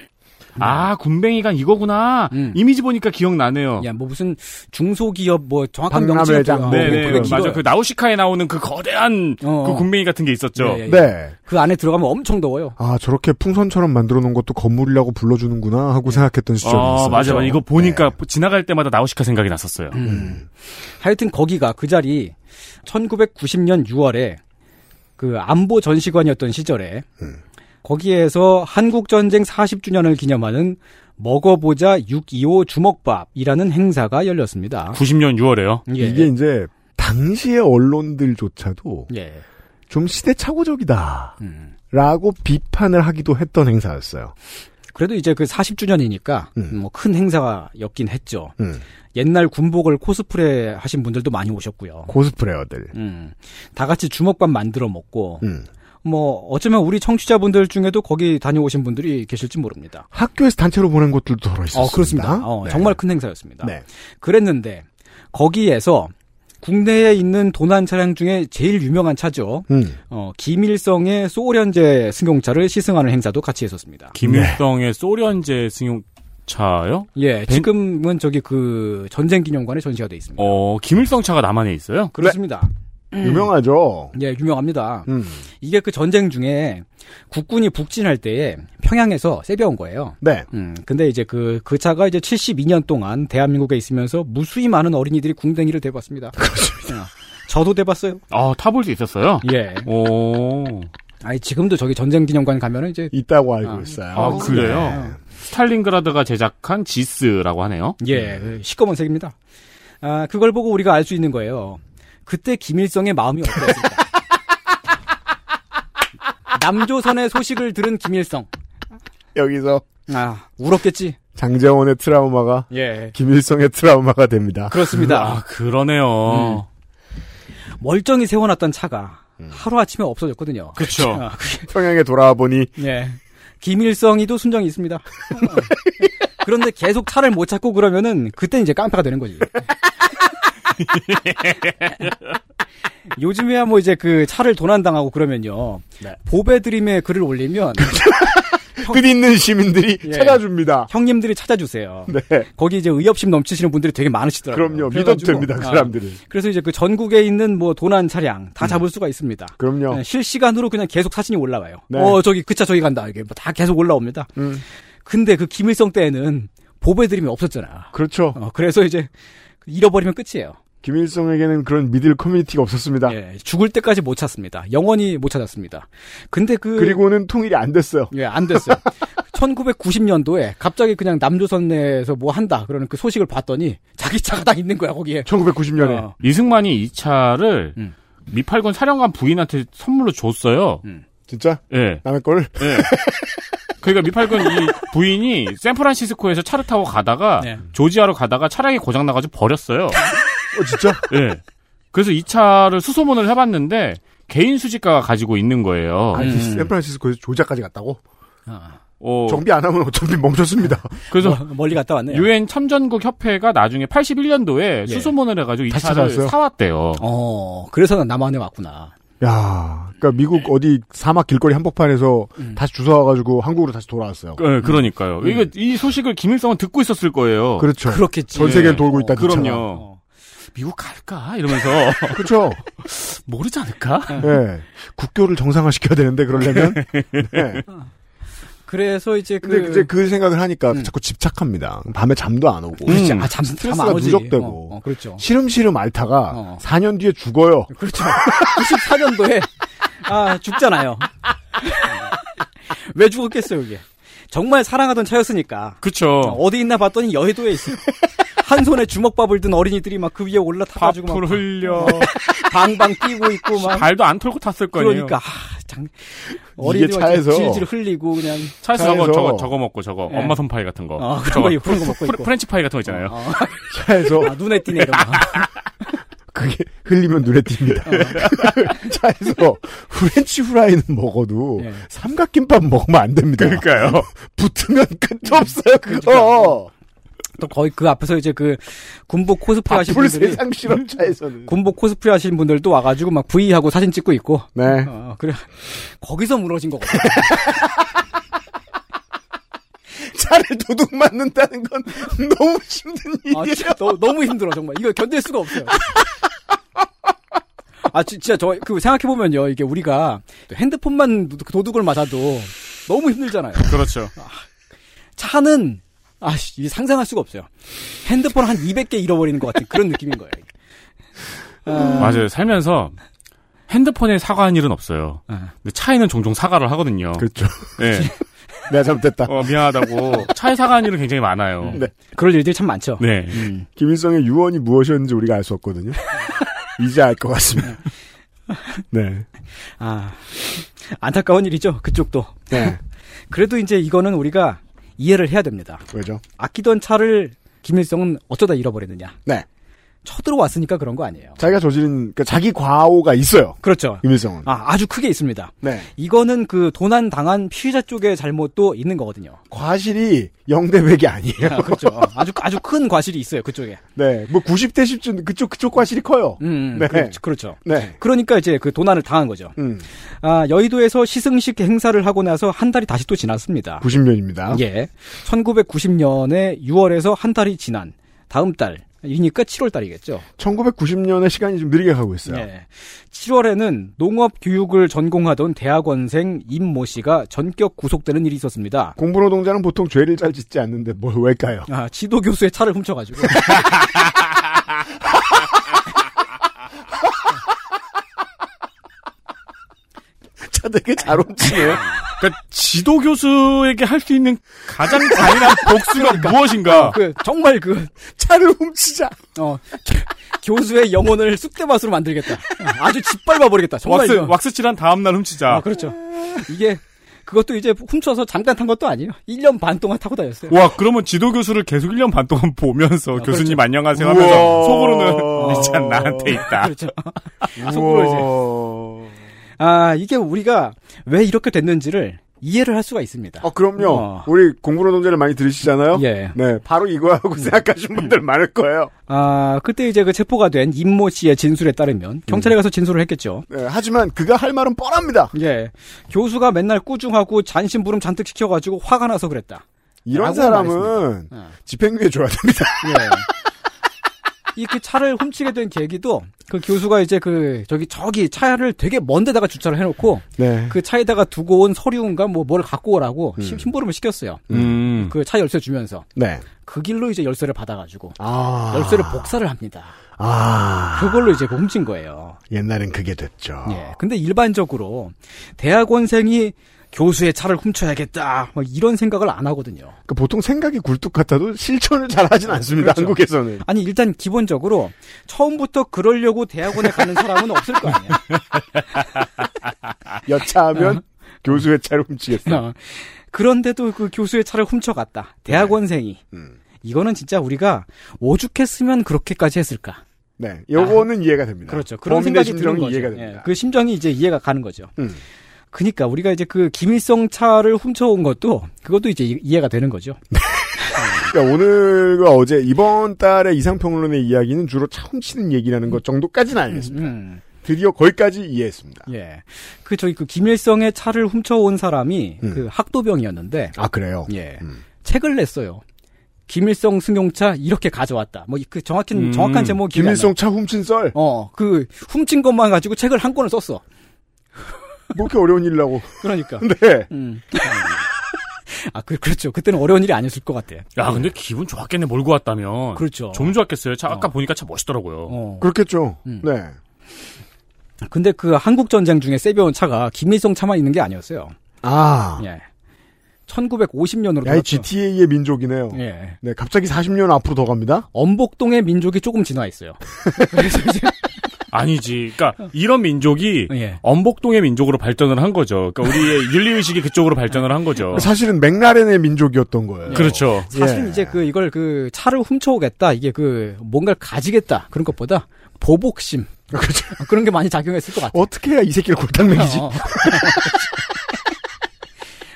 S3: 아, 군뱅이가 이거구나. 이미지 보니까 기억나네요.
S6: 야, 뭐 무슨 중소기업 뭐 정확한
S3: 박람회
S6: 명칭이 뭐
S3: 장-
S6: 없어요.
S3: 어. 네네,
S6: 되게 길어요.
S3: 맞아. 그 나우시카에 나오는 그 거대한 그 군뱅이 같은 게 있었죠.
S6: 예, 예, 예. 그 안에 들어가면 엄청 더워요.
S2: 네. 아, 저렇게 풍선처럼 만들어 놓은 것도 건물이라고 불러주는구나 하고 생각했던 시절이
S3: 아,
S2: 있어요.
S3: 맞아. 맞아. 이거 보니까 지나갈 때마다 나우시카 생각이 났었어요.
S6: 하여튼 거기가 그 자리 1990년 6월에 그 안보 전시관이었던 시절에
S3: 음.
S6: 거기에서 한국 전쟁 40주년을 기념하는 먹어보자 6.25 주먹밥이라는 행사가
S3: 아.
S6: 열렸습니다.
S3: 90년 6월에요.
S2: 네. 이게 이제 당시의 언론들조차도
S6: 예.
S2: 좀 시대착오적이다.
S3: 음.
S2: 라고 비판을 하기도 했던 행사였어요.
S6: 그래도 이제 그 40주년이니까
S3: 음.
S6: 뭐 큰 행사였긴 했죠.
S2: 음.
S6: 옛날 군복을 코스프레 하신 분들도 많이 오셨고요.
S2: 코스프레어들.
S6: 음. 다 같이 주먹밥 만들어 먹고
S2: 음.
S6: 뭐 어쩌면 우리 청취자분들 중에도 거기 다녀오신 분들이 계실지 모릅니다.
S2: 학교에서 단체로 보낸 것들도 더러 있었습니다.
S6: 어, 그렇습니다. 어,
S2: 네.
S6: 정말 큰 행사였습니다.
S2: 네.
S6: 그랬는데 거기에서 국내에 있는 도난 차량 중에 제일 유명한 차죠.
S2: 음.
S6: 어, 김일성의 소련제 승용차를 시승하는 행사도 같이 했었습니다.
S3: 김일성의 네. 소련제 승용차요?
S6: 예,
S3: 벤-
S6: 지금은 저기 그 전쟁 기념관에 전시가 돼
S2: 어,
S6: 있습니다.
S3: 어, 김일성 차가 남한에 있어요?
S6: 그렇습니다.
S2: 유명하죠. 음.
S6: 예, 유명합니다. 이게 그 전쟁 중에 국군이 북진할 때에 평양에서 세배온 거예요.
S2: 네.
S6: 음, 근데 이제 그, 그 차가 이제 72년 동안 대한민국에 있으면서 무수히 많은 어린이들이 궁뎅이를 대봤습니다. 그렇습니다. 저도 대봤어요.
S3: 아, 타볼 수 있었어요?
S6: 예.
S3: 오.
S6: 아니, 지금도 저기 전쟁기념관 가면은 이제.
S2: 있다고 알고 있어요. 네.
S3: 아, 그래요? 스탈린그라드가 제작한 지스라고 하네요.
S6: 예, 시꺼먼색입니다. 아, 그걸 보고 우리가 알 수 있는 거예요. 그때 김일성의 마음이 어땠을까? [laughs] 남조선의 소식을 들은 김일성.
S2: 여기서
S6: 아, 울었겠지.
S2: 장재원의 트라우마가
S6: 예. 음.
S2: 김일성의 트라우마가 됩니다.
S6: 그렇습니다.
S3: 아, 그러네요.
S6: 멀쩡히 세워놨던 차가 하루아침에 없어졌거든요.
S3: 그쵸.
S6: 아,
S2: 평양에 돌아와 보니
S6: 예. 김일성이도 순정이 있습니다. 어. [laughs] 그런데 계속 차를 못 찾고 그러면은 그때 이제 깡패가 되는 [laughs] 거지. 요즘에야 뭐 이제 그 차를 도난당하고 그러면요. 보배드림에 글을 [laughs] 올리면
S2: 뜻 있는 시민들이
S6: 예.
S2: 찾아줍니다.
S6: 형님들이 찾아주세요.
S2: 네.
S6: 거기 이제 의협심 넘치시는 분들이 되게 많으시더라고요.
S2: 그럼요. 믿어도
S6: 그래가지고,
S2: 됩니다, 그
S6: 아,
S2: 사람들은.
S6: 그래서 이제 그 전국에 있는 뭐 도난 차량 다 잡을 수가 있습니다.
S2: 그럼요.
S6: 네, 실시간으로 그냥 계속 사진이 올라와요.
S2: 어. 네. 음.
S6: 어 저기 그 차 저기 간다 이게 뭐다 계속 올라옵니다. 근데 그 김일성 때에는 보배드림이 없었잖아. 어,
S2: 그렇죠.
S6: 그래서 이제 잃어버리면 끝이에요.
S2: 김일성에게는 그런 믿을 커뮤니티가 없었습니다.
S6: 예. 죽을 때까지 못 찾습니다. 영원히 못 찾았습니다. 근데 그
S2: 그리고는 통일이 안 됐어요.
S6: 예, 안 됐어요.
S2: [laughs]
S6: 1990년도에 갑자기 그냥 남조선 내에서 뭐 한다 그러는 그 소식을 봤더니 자기 차가 다 있는 거야 거기에.
S2: 1990년에
S6: 어.
S3: 이승만이 이 차를 미팔군 사령관 부인한테 선물로 줬어요.
S2: 진짜?
S3: 예.
S2: 남의 걸?
S3: 예. 그러니까 미팔군 이 부인이 샌프란시스코에서 차를 타고 가다가 조지아로 가다가 차량이 고장 나가지고 버렸어요. 어
S2: 진짜?
S3: 예. 그래서 이 차를 수소문을 해봤는데 개인 수집가가 가지고 있는 거예요.
S2: 아,
S6: 음.
S2: 샌프란시스코에서 조작까지 갔다고?
S3: 어,
S2: 정비 안 하면 어차피 멈췄습니다.
S3: 그래서
S6: 멀리 갔다 뭐, 왔네요.
S3: 유엔 참전국 협회가 나중에 81년도에 수소문을 해가지고 이
S6: 다시
S3: 차를
S6: 찾아왔어요?
S3: 사왔대요.
S6: 어, 그래서 남한에 왔구나.
S2: 야, 그러니까 미국 어디 사막 길거리 한복판에서 다시 주워와가지고 한국으로 다시 돌아왔어요.
S3: 예, 그러니까요. 이거 이 소식을 김일성은 듣고 있었을 거예요.
S2: 그렇죠. 그렇겠지. 전 세계를 돌고 있다, 이 차가.
S3: 그럼요. 미국 갈까 [laughs] 이러면서
S2: 그렇죠.
S3: 모르지 않을까?
S2: 예, 국교를 정상화 시켜야 되는데 그러려면. 네.
S6: 그래서 이제 그
S2: 근데 이제 그 생각을 하니까 자꾸 집착합니다. 밤에 잠도 안 오고.
S6: 그렇지. 아, 잠- 잠안
S2: 음. 스트레스가
S6: 오지.
S2: 누적되고.
S6: 어, 어, 그렇죠.
S2: 시름시름 앓다가 4년 뒤에 죽어요.
S6: [laughs] 그렇죠. 94년도에 아 죽잖아요. 왜 죽었겠어요 이게? 정말 사랑하던 차였으니까.
S3: 그쵸.
S6: 어디 있나 봤더니 여의도에 있어. 한 손에 주먹밥을 든 어린이들이 막 그 위에 올라타가지고
S3: 밥풀
S6: 막 어.
S3: 흘려.
S6: 방방 뛰고 있고 막
S3: 발도 안 털고 탔을 거 아니에요.
S6: 그러니까 아, 장 어린이들 막 질질 흘리고 그냥
S3: 차에서 저거 저거 저거 먹고 저거
S6: 예.
S3: 엄마 손파이 같은 거.
S6: 아, 그런
S3: 저거
S6: 거 그런 거 먹고
S3: 그렇죠. 프레-
S6: 있고.
S3: 프렌치 파이 같은 거 있잖아요.
S2: 차에서
S6: 아, 눈에 띄네 이런 거.
S2: 그게 흘리면 눈에 띕니다.
S6: 어.
S2: [laughs] 차에서 프렌치 후라이는 먹어도
S6: 예.
S2: 삼각김밥 먹으면 안 됩니다.
S3: 그러니까요.
S2: [laughs] 붙으면 끝도 없어요,
S6: 그러니까.
S2: 그거.
S6: 또 거의 그 앞에서 이제 그 군복 코스프레 하신
S2: 바쁠
S6: 분들이
S2: 세상 실험차에서는.
S6: 군복 코스프레 하신 분들도 와가지고 막 V 하고 사진 찍고 있고.
S2: 네.
S6: 어, 그래 거기서 무너진 거거든.
S2: 차를 도둑 맞는다는 건 너무 힘든
S6: 일이에요. 아, 너, 무 힘들어 정말. 이거 견딜 수가 없어요. 아 지- 진짜 저 그 생각해 보면요 이게 우리가 핸드폰만 도- 도둑을 맞아도 너무 힘들잖아요.
S3: 그렇죠.
S6: 차는 아씨 이게 상상할 수가 없어요. 핸드폰 한 200개 잃어버리는 것 같은 그런 느낌인 거예요. 아,
S3: 맞아요. 살면서 핸드폰에 사과한 일은 없어요.
S6: 예.
S3: 근데 차에는 종종 사과를 하거든요.
S2: 그렇죠.
S3: 네.
S2: 내가 잘못됐다.
S3: 어, 미안하다고. 차에 사과한 일은 굉장히 많아요.
S2: 네.
S6: 그럴 일들이 참 많죠.
S3: 네.
S2: 김일성의 유언이 무엇이었는지 우리가 알 수 없거든요. 이제 알 것 같습니다. 네.
S6: 아, 안타까운 일이죠. 그쪽도.
S2: 네.
S6: 그래도 이제 이거는 우리가 이해를 해야 됩니다.
S2: 왜죠?
S6: 아끼던 차를 김일성은 어쩌다 잃어버렸느냐.
S2: 네.
S6: 쳐들어왔으니까 그런 거 아니에요.
S2: 자기가 저지른, 그러니까 자기 과오가 있어요.
S6: 그렇죠.
S2: 김일성은.
S6: 아, 아주 크게 있습니다.
S2: 네.
S6: 이거는 그 도난 당한 피의자 쪽의 잘못도
S2: [laughs]
S6: 있는 거거든요.
S2: 과실이 0대100이 아니에요.
S6: 아, 그렇죠. 아주 아주 큰 과실이 있어요 그쪽에.
S2: 네. 뭐 90대 10쯤 그쪽 그쪽 과실이 커요.
S6: 음,
S2: 네.
S6: 그렇죠. 그렇죠.
S2: 네.
S6: 그러니까 이제 그 도난을 당한 거죠.
S2: 음.
S6: 아, 여의도에서 시승식 행사를 하고 나서 한 달이 다시 또 지났습니다.
S2: 90년입니다.
S6: 예. 1990년에 6월에서 한 달이 지난 다음 달 이니까 7월달이겠죠.
S2: 1990년에 시간이 좀 느리게 가고 있어요.
S6: 네. 7월에는 농업 교육을 전공하던 대학원생 임모 씨가 전격 구속되는 일이 있었습니다.
S2: 공부노동자는 보통 죄를 잘 짓지 않는데 뭘
S6: [laughs]
S2: 왜일까요?
S6: 아, 지도 교수의 차를
S3: [laughs]
S6: 훔쳐가지고.
S2: 차 되게 잘 [laughs] 훔치네요.
S3: 그러니까 지도 교수에게 할 수 있는 가장
S6: [laughs]
S3: 잔인한 복수가 무엇인가?
S6: 그 정말 그
S2: 차를 훔치자.
S6: 어 교, 교수의 영혼을 쑥대밭으로 만들겠다. 어, 아주 짓밟아 버리겠다. 정말
S3: 왁스
S6: 이거.
S3: 왁스 칠한 다음 날 훔치자.
S6: 아, 그렇죠. 이게 그것도 이제 훔쳐서 잠깐 탄 것도 아니에요. 1년 반 동안 타고 다녔어요.
S3: 와 그러면 지도 교수를 계속 1년 반 동안 보면서
S6: 아,
S3: 교수님
S6: 그렇죠.
S3: 안녕하세요
S6: 우와.
S3: 하면서 속으로는 [laughs] 이 차 나한테 있다.
S6: 그렇죠. 속으로 이제. 아, 이게 우리가 왜 이렇게 됐는지를 이해를 할 수가 있습니다.
S2: 아, 그럼요.
S6: 어.
S2: 우리 공부노동자를 많이 들으시잖아요.
S6: 예. 음.
S2: 네, 바로 이거라고 생각하시는 분들 많을 거예요.
S6: 아, 그때 이제 그 체포가 된 임모 씨의 진술에 따르면 경찰에 가서 진술을 했겠죠.
S2: 네, 하지만 그가 할 말은 뻔합니다.
S6: 예. 교수가 맨날 꾸중하고 잔심부름 잔뜩 시켜가지고 화가 나서 그랬다.
S2: 이런
S6: 라고
S2: 사람은
S6: 말했습니다. 어.
S2: 집행유예 줘야 됩니다.
S6: 예. 이렇게 차를 훔치게 된 계기도 그 교수가 이제 그 저기 저기 차를 되게 먼 데다가 주차를 해놓고
S2: 네.
S6: 그 차에다가 두고 온 서류인가 뭐 뭘 갖고 오라고 심- 심부름을 시켰어요.
S3: 음.
S6: 그 차 열쇠 주면서
S2: 네.
S6: 그 길로 이제 열쇠를 받아가지고
S2: 아.
S6: 열쇠를 복사를 합니다.
S2: 아.
S6: 그걸로 이제 훔친 거예요.
S2: 옛날엔 그게 됐죠.
S6: 예. 근데 일반적으로 대학원생이 교수의 차를 훔쳐야겠다 뭐 이런 생각을 안 하거든요.
S2: 그 보통 생각이 굴뚝 같아도 실천을 잘 하진 않습니다.
S6: 그렇죠.
S2: 한국에서는.
S6: 아니 일단 기본적으로 처음부터 그러려고 대학원에 가는 사람은 없을 거 아니에요.
S2: [laughs]
S6: 아.
S2: 여차하면 교수의 차를 훔치겠어.
S6: 어. 그런데도 그 교수의 차를 훔쳐갔다. 대학원생이.
S2: 음.
S6: 이거는 진짜 우리가 오죽했으면 그렇게까지 했을까.
S2: 네. 요거는 이해가 됩니다.
S6: 그렇죠. 그런
S2: 범인의
S6: 생각이 드는
S2: 심정이
S6: 거죠.
S2: 이해가
S6: 예,
S2: 됩니다.
S6: 그 심정이 이제 이해가 가는 거죠.
S2: 음.
S6: 그니까 우리가 이제 그 김일성 차를 훔쳐온 것도 그것도 이제 이- 이해가 되는 거죠.
S2: 그러니까 오늘과 어제 이번 달의 이상평론의 이야기는 주로 차 훔치는 얘기라는 것 정도까지는 알겠습니다.
S6: 음.
S2: 드디어 거기까지 이해했습니다.
S6: 예. 그 저기 그 김일성의 차를 훔쳐온 사람이
S2: 음.
S6: 그 학도병이었는데
S2: 아 그래요.
S6: 예. 책을 냈어요. 김일성 승용차 이렇게 가져왔다. 뭐 그 정확히 정확한 제목이 기억이
S2: 음.
S6: 안
S2: 김일성 차 훔친 썰.
S6: 어, 그 훔친 것만 가지고 책을 한 권을 썼어.
S2: 뭐 이렇게 어려운 일이라고. [laughs]
S6: 그러니까.
S2: 네.
S6: 음. 아, 그, 그렇죠. 그때는 어려운 일이 아니었을 것 같아.
S3: 야 근데 기분 좋았겠네 몰고 왔다면.
S6: 그렇죠.
S3: 좀 좋았겠어요. 차 아까 보니까 차 멋있더라고요.
S6: 어.
S2: 그렇겠죠.
S6: 음.
S2: 네.
S6: 근데 그 한국 전쟁 중에 세배온 차가 김일성 차만 있는 게 아니었어요.
S2: 아.
S6: 예. 1950년으로
S2: 야이 GTA의 민족이네요.
S6: 예.
S2: 네. 갑자기 40년 앞으로 더 갑니다.
S6: 엄복동의 민족이 조금 진화했어요. [laughs] 그래서 이제
S3: 아니지. 그러니까 이런 민족이
S6: 예.
S3: 엄복동의 민족으로 발전을 한 거죠. 그러니까 우리의 윤리 의식이 그쪽으로 발전을 한 거죠.
S6: 어.
S2: 사실은 맥라렌의 민족이었던
S6: 네.
S2: 거예요.
S3: 그렇죠.
S6: 사실
S2: 예.
S6: 이제 그 이걸 그 차를 훔쳐오겠다 이게 그 뭔가를 가지겠다 그런 것보다 보복심 어,
S2: 그렇죠.
S6: 그런 게 많이 작용했을 것 같아요.
S2: 어떻게 해야 이 새끼를 골탕 먹이지?
S6: 어. [laughs]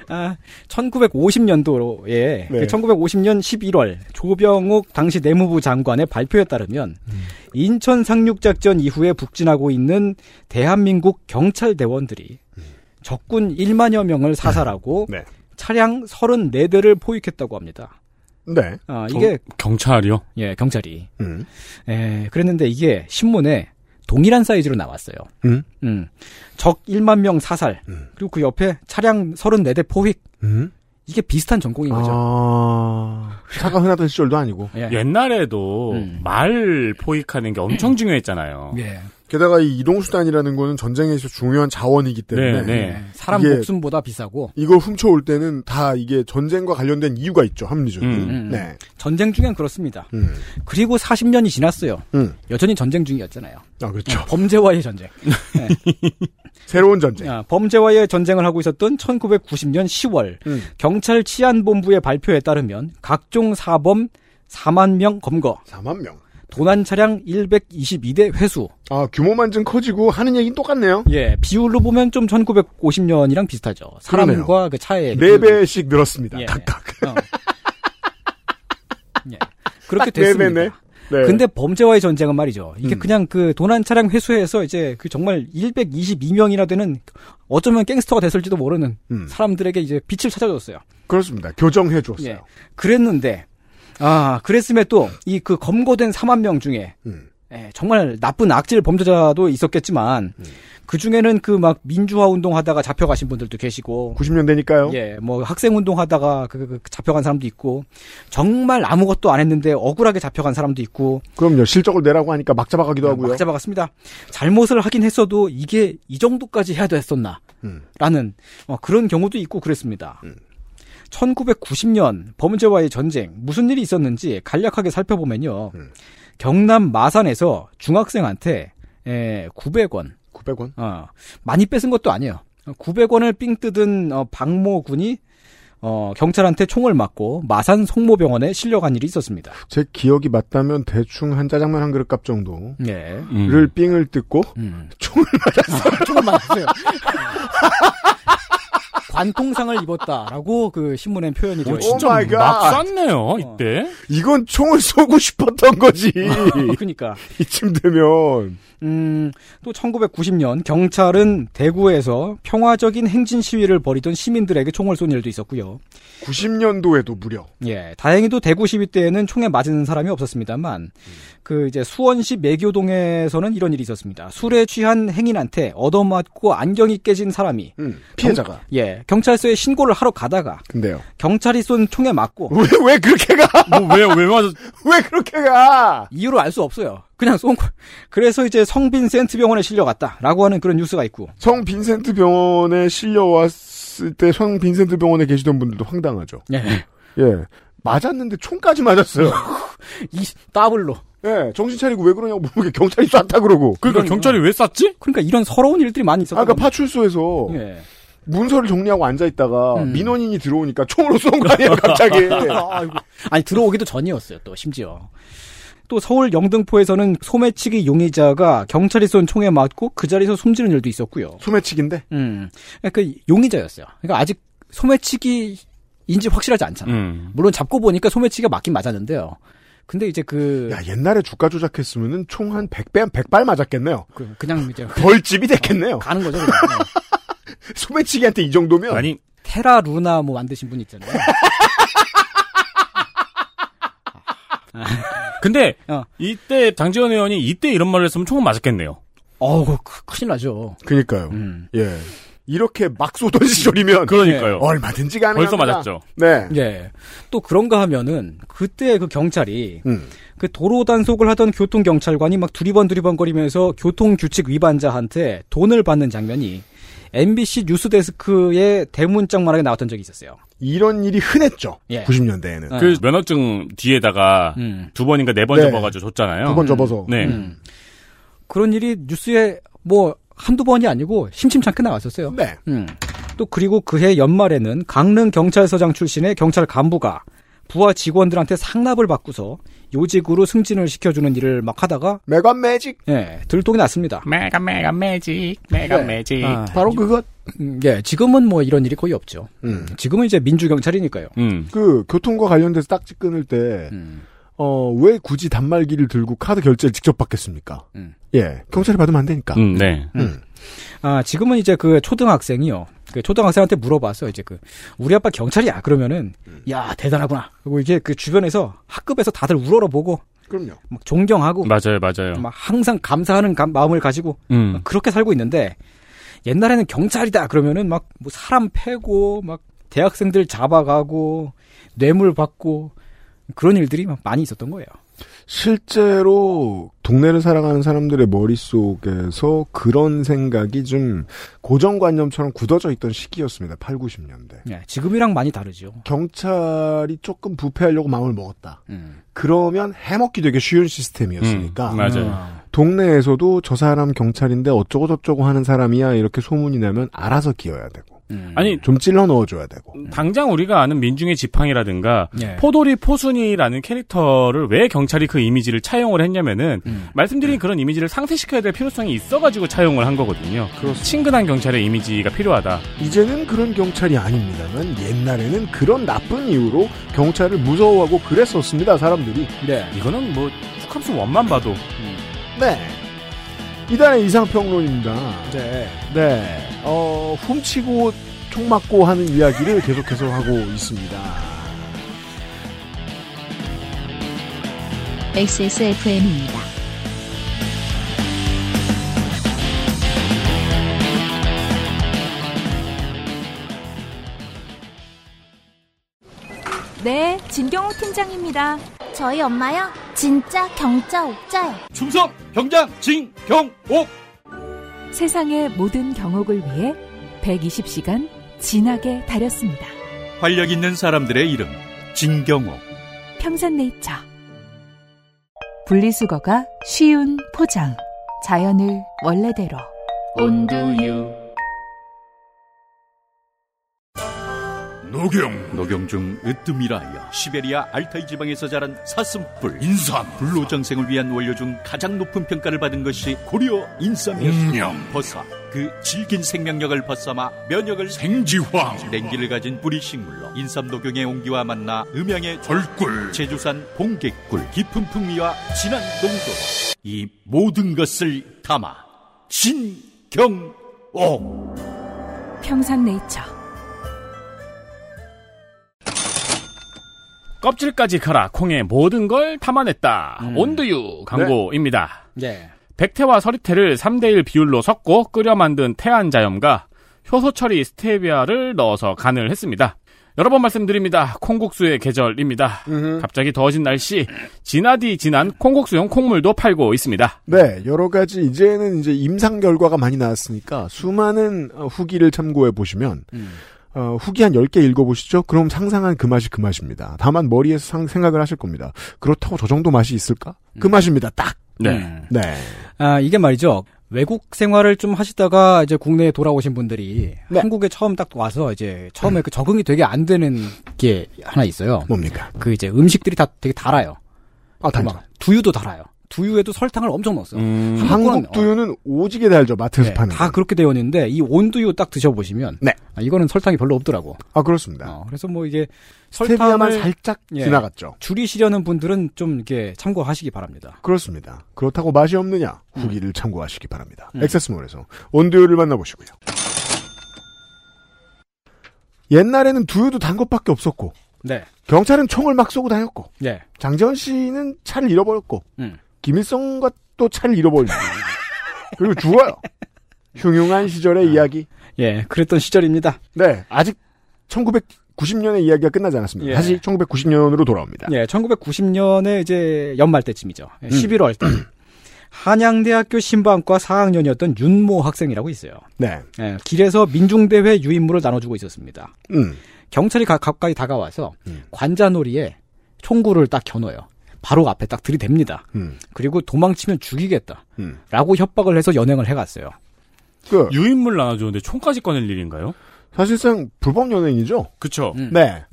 S6: 아, 1950년도에
S2: 네.
S6: 1950년 11월 조병욱 당시 내무부 장관의 발표에 따르면
S2: 음.
S6: 인천 상륙작전 이후에 북진하고 있는 대한민국 경찰대원들이 적군 1만여 명을 사살하고
S2: 음. [laughs] 네.
S6: 차량 34대를 포획했다고 합니다.
S2: 네.
S6: 아, 이게
S3: 어, 경찰이요.
S6: 예, 경찰이
S2: 음.
S6: 예, 그랬는데 이게 신문에 동일한 사이즈로 나왔어요.
S2: 음.
S6: 음. 적 1만 명 사살.
S2: 음.
S6: 그리고 그 옆에 차량 34대 포획.
S2: 음.
S6: 이게 비슷한 전공인 음. 거죠.
S2: 아. 차가 흔하던 시절도 아니고.
S6: 예.
S3: 옛날에도
S6: 음.
S3: 말 포획하는 게 엄청 중요했잖아요.
S6: 예.
S2: 게다가 이 이동수단이라는 거는 전쟁에 있어 중요한 자원이기 때문에.
S3: 네, 네.
S6: 음, 사람
S2: 예. 이게-
S6: 목숨보다 비싸고
S2: 이걸 훔쳐올 때는 다 이게 전쟁과 관련된 이유가 있죠, 합리적인.
S3: 음.
S6: 음.
S2: 네.
S6: 전쟁 중엔 그렇습니다.
S2: 음.
S6: 그리고 40년이 지났어요.
S2: 음.
S6: 여전히 전쟁 중이었잖아요. 예,
S2: 아, 그렇죠.
S6: 범죄와의 전쟁.
S2: 새로운 전쟁.
S6: 아, 범죄와의 전쟁을 하고 있었던 1990년 10월
S2: 음.
S6: 경찰 치안본부의 발표에 따르면 각종 사범 4만 명 검거,
S2: 4만 명.
S6: 도난 차량 122대 회수,
S2: 아, 규모만 좀 커지고 하는 얘기는 똑같네요.
S6: 예, 비율로 보면 좀 1950년이랑 비슷하죠. 사람과 그 차의
S2: 네
S6: 비율.
S2: 배씩 늘었습니다.
S6: 예.
S2: 각각.
S6: 어. 예. 그렇게
S2: 네
S6: 됐습니다.
S2: 배네. 네.
S6: 근데 범죄와의 전쟁은 말이죠. 이게
S2: 음.
S6: 그냥 그 도난 차량 회수해서 이제 그 정말 122명이나 되는 어쩌면 갱스터가 됐을지도 모르는
S2: 음.
S6: 사람들에게 이제 빛을 찾아줬어요.
S2: 그렇습니다. 교정해 줬어요.
S6: 예. 그랬는데 아, 그랬음에 또, 이 그 검거된 4만 명 중에,
S2: 음.
S6: 예, 정말 나쁜 악질 범죄자도 있었겠지만,
S2: 음.
S6: 그 중에는 그 막 민주화 운동하다가 잡혀가신 분들도 계시고,
S2: 90년대니까요.
S6: 예, 뭐 학생 운동하다가 그, 그- 그 잡혀간 사람도 있고, 정말 아무것도 안 했는데 억울하게 잡혀간 사람도 있고,
S2: 그럼요. 실적을 내라고 하니까 네, 막 잡아가기도 하고요.
S6: 막 잡아갔습니다. 잘못을 하긴 했어도 이게 이 정도까지 해야 됐었나?
S2: 음.
S6: 라는 어, 그런 경우도 있고 그랬습니다. 1990년 범죄와의 전쟁 무슨 일이 있었는지 간략하게 살펴보면요.
S2: 음.
S6: 경남 마산에서 중학생한테 에, 900원.
S2: 900원?
S6: 어, 많이 뺏은 것도 아니에요. 900원을 삥 뜯은 어, 박모 군이 어, 경찰한테 총을 맞고 마산 송모병원에 실려간 일이 있었습니다.
S2: 제 기억이 맞다면 대충 한 짜장면 한 그릇 값 정도.
S6: 예.
S3: 음.
S6: 음.
S2: 를 삥을 뜯고 총을
S6: 맞았어요. [laughs] 총을 맞았어요. 관통상을 입었다라고 그 신문엔 표현이 되어
S3: 오, 진짜
S6: 있습니다.
S3: 막 쐈네요 이때.
S2: 이건 총을 쏘고 [laughs] 싶었던 거지.
S6: 그러니까
S2: 이쯤 되면
S6: 음, 또 1990년 경찰은 대구에서 평화적인 행진 시위를 벌이던 시민들에게 총을 쏜 일도 있었고요.
S2: 90년도에도 무려.
S6: 예, 다행히도 대구 시위 때에는 총에 맞은 사람이 없었습니다만, 그 이제 수원시 매교동에서는 이런 일이 있었습니다. 술에 취한 행인한테 얻어맞고 안경이 깨진 사람이
S2: 음, 피해자가.
S6: 경- 예, 경찰서에 신고를 하러 가다가
S2: 근데요.
S6: 경찰이 쏜 총에 맞고
S2: 왜 왜 그렇게 가? [laughs]
S3: 뭐왜왜 맞아?
S2: 왜 그렇게 가?
S6: 이유를 알 수 없어요. 그냥 쏜 거. [laughs] 그래서 이제 성빈센트 병원에 실려갔다라고 하는 그런 뉴스가 있고.
S2: 성 빈센트 병원에 실려왔을 때 성 빈센트 병원에 계시던 분들도 황당하죠.
S6: 예.
S2: 예. 맞았는데 총까지 맞았어요. [laughs]
S6: 이 더블로.
S2: 예. 정신 차리고 왜 그러냐고 물어보게 경찰이 쐈다 그러고.
S3: 그러니까 경찰이 왜 쐈지?
S6: 그러니까 이런 서러운 일들이 많이 있었던
S2: 아까
S6: 겁니다.
S2: 파출소에서
S6: 예.
S2: 문서를 정리하고 앉아 있다가
S3: 음.
S2: 민원인이 들어오니까 총으로 쏜 거 아니에요,
S3: [laughs]
S2: 갑자기.
S6: 아이고. 아니 들어오기도 전이었어요. 또 심지어. 또 서울 영등포에서는 소매치기 용의자가 경찰이 쏜 총에 맞고 그 자리에서 숨지는 일도 있었고요.
S2: 소매치기인데?
S6: 음. 그 용의자였어요. 그러니까 아직 소매치기인지 확실하지 않잖아.
S3: 음.
S6: 물론 잡고 보니까 소매치기가 맞긴 맞았는데요. 근데 이제 그
S3: 네.
S2: 야, 옛날에 주가 조작했으면은 총 한 100배, 한 100발 맞았겠네요.
S6: 그, 그냥 이제
S2: 벌집이 됐겠네요. [laughs]
S6: 가는 거죠.
S2: 소매치기한테 이 정도면
S3: 아니
S6: 테라 루나 뭐 만드신 분 있잖아요.
S3: 근데 이때 장지원 의원이 이때 이런 말을 했으면 총은 맞았겠네요.
S6: 어우 그- 큰일 나죠.
S2: 그니까요. 예. 이렇게 막 쏘던 [laughs] 시절이면
S3: 음. 그러니까요.
S2: 얼마든지 가능합니다.
S3: 벌써 맞았죠.
S2: 네.
S6: 예. 또 그런가 하면은 그때 그 경찰이 그 도로 단속을 하던 교통 경찰관이 막 두리번 두리번 거리면서 교통 규칙 위반자한테 돈을 받는 장면이 MBC 뉴스 데스크의 대문짝만하게 나왔던 적이 있었어요.
S2: 이런 일이 흔했죠.
S6: 예.
S2: 90년대에는.
S3: 그 면허증 뒤에다가 두 번인가 네 번
S2: 네.
S3: 접어가지고 줬잖아요.
S2: 두번 접어서.
S3: 네.
S6: 음. 그런 일이 뉴스에 뭐 한두 번이 아니고 심심찮게 나왔었어요.
S2: 네.
S6: 음. 또 그리고 그해 연말에는 강릉 경찰서장 출신의 경찰 간부가 부하 직원들한테 상납을 받고서 요직으로 승진을 시켜주는 일을 막 하다가
S2: 매관 매직
S6: 예 들통이 났습니다.
S3: 메가 메가 매직 메가 매직
S6: 아,
S2: 네. 바로 그것 음.
S6: 음, 예 지금은 뭐 이런 일이 거의 없죠.
S3: 음.
S6: 지금은 이제 민주 경찰이니까요.
S2: 그 교통과 관련돼서 딱지 끊을 때, 어, 왜 굳이 단말기를 들고 카드 결제를 직접 받겠습니까? 예. 경찰이 받으면 안 되니까.
S3: 음, 네.
S6: 아 지금은 이제 그 초등학생이요. 그 초등학생한테 물어봐서 이제 그 우리 아빠 경찰이야 그러면은
S3: 음.
S6: 야 대단하구나. 그리고 이제 그 주변에서 학급에서 다들 우러러보고
S2: 그럼요.
S6: 막 존경하고
S3: 맞아요, 맞아요.
S6: 막 항상 감사하는 감- 마음을 가지고
S3: 음.
S6: 막 그렇게 살고 있는데 옛날에는 경찰이다 그러면은 막 뭐 사람 패고 막 대학생들 잡아가고 뇌물 받고 그런 일들이 막 많이 있었던 거예요.
S2: 실제로 동네를 살아가는 사람들의 머릿속에서 그런 생각이 좀 고정관념처럼 굳어져 있던 시기였습니다. 8, 90년대.
S6: 예, 지금이랑 많이 다르죠.
S2: 경찰이 조금 부패하려고 마음을 먹었다. 그러면 해먹기 되게 쉬운 시스템이었으니까.
S3: 음, 맞아요.
S2: 동네에서도 저 사람 경찰인데 어쩌고 저쩌고 하는 사람이야 이렇게 소문이 나면 알아서 기어야 되고
S3: 음. 아니
S2: 좀 찔러 넣어줘야 되고
S3: 당장 우리가 아는 민중의 지팡이라든가
S2: 예.
S3: 포도리 포순이라는 캐릭터를 왜 경찰이 그 이미지를 차용을 했냐면은 말씀드린 그런 이미지를 상쇄시켜야 될 필요성이 있어가지고 차용을 한 거거든요. 친근한 경찰의 이미지가 필요하다.
S2: 이제는 그런 경찰이 아닙니다만 옛날에는 그런 나쁜 이유로 경찰을 무서워하고 그랬었습니다 사람들이
S3: 이거는 뭐 툭함수 원만 봐도
S2: 네 이단의 이상평론입니다
S6: 네.
S2: 네. 어, 훔치고 총 맞고 하는 이야기를 계속해서 하고 있습니다.
S1: XSFM입니다.
S13: 네, 진경호 팀장입니다. 저희 엄마요? 진짜 경자 옥자요.
S12: 충성 병장 진경옥
S14: 세상의 모든 경옥을 위해 120시간 진하게 다렸습니다.
S12: 활력 있는 사람들의 이름 진경옥
S14: 평산네이처 분리수거가 쉬운 포장 자연을 원래대로
S5: 온두유
S12: 노경 노경중 으뜸이라야 시베리아 알타이 지방에서 자란 사슴뿔 인삼 불로장생을 위한 원료 중 가장 높은 평가를 받은 것이 고려 인삼이었습니다 버사 그 질긴 생명력을 벗삼아 면역을 생지황 냉기를 가진 뿌리 식물로 인삼 녹용의 온기와 만나 음양의 절꿀 제주산 봉개꿀 깊은 풍미와 진한 농도 이 모든 것을 담아 진경옥
S14: 평산네이처
S3: 껍질까지 가라 콩의 모든 걸 담아냈다. 온두유 광고입니다.
S6: 네.
S3: 백태와 서리태를 3대1 비율로 섞고 끓여 만든 태안자염과 효소 처리 스테비아를 넣어서 간을 했습니다. 여러 번 말씀드립니다. 콩국수의 계절입니다. 갑자기 더워진 날씨, 진하디 진한 콩국수용 콩물도 팔고 있습니다.
S2: 네, 여러 가지 이제는 이제 임상 결과가 많이 나왔으니까 수많은 어, 후기를 참고해 보시면
S6: 음.
S2: 어, 후기 한 10개 읽어보시죠? 그럼 상상한 그 맛이 그 맛입니다. 다만 머리에서 상- 생각을 하실 겁니다. 그렇다고 저 정도 맛이 있을까? 그
S6: 음.
S2: 맛입니다. 딱.
S6: 네.
S2: 네.
S6: 아, 이게 말이죠. 외국 생활을 좀 하시다가 이제 국내에 돌아오신 분들이
S2: 네.
S6: 한국에 처음 딱 와서 이제 처음에 그 적응이 되게 안 되는 게 하나 있어요.
S2: 뭡니까?
S6: 그 이제 음식들이 다 되게 달아요.
S2: 아, 달죠. 음.
S6: 막 두유도 달아요. 두유에도 설탕을 엄청 음. 넣었어요. 네.
S2: 한국 두유는 오지게 달죠. 마트에서 네. 파는.
S6: 다 그렇게 되어 있는데 이 온두유 딱 드셔보시면 아, 이거는 설탕이 별로 없더라고.
S2: 아, 그렇습니다.
S6: 그래서 뭐 이게
S2: 스테비아만
S6: 설탕을 예.
S2: 살짝 지나갔죠.
S6: 줄이시려는 분들은 좀 이렇게 참고하시기 바랍니다.
S2: 그렇습니다. 그렇다고 맛이 없느냐? 후기를
S6: 음.
S2: 참고하시기 바랍니다. 액세스몰에서 온두유를 만나보시고요. 옛날에는 두유도 단 것밖에 없었고
S6: 네.
S2: 경찰은 총을 막 쏘고 다녔고
S6: 네.
S2: 장재원 씨는 차를 잃어버렸고
S6: 음.
S2: 김일성과 또 차를
S6: [laughs]
S2: 잃어버리고 그리고 죽어요. 흉흉한 시절의 이야기.
S6: 예, 그랬던 시절입니다.
S2: 네, 아직 1990년의 이야기가 끝나지 않았습니다.
S6: 예.
S2: 다시 1990년으로 돌아옵니다. 음.
S6: 예, 1990년에 이제 연말 때쯤이죠. 예, 11월 때. [clears throat] 한양대학교 신방과 4학년이었던 윤모 학생이라고 있어요.
S2: 네.
S6: 예, 길에서 민중대회 유인물을 나눠주고 있었습니다.
S2: 음.
S6: 경찰이 가, 가까이 다가와서 관자놀이에 총구를 딱 겨눠요. 바로 앞에 딱 들이댑니다.
S2: 음.
S6: 그리고 도망치면 죽이겠다.
S2: 음. 그,
S6: 라고 협박을 해서 연행을 해갔어요.
S3: 네. 유인물 나눠주는데 총까지 꺼낼 일인가요?
S2: 사실상 불법 연예인이죠.
S3: 그쵸.
S6: 음.
S2: 네.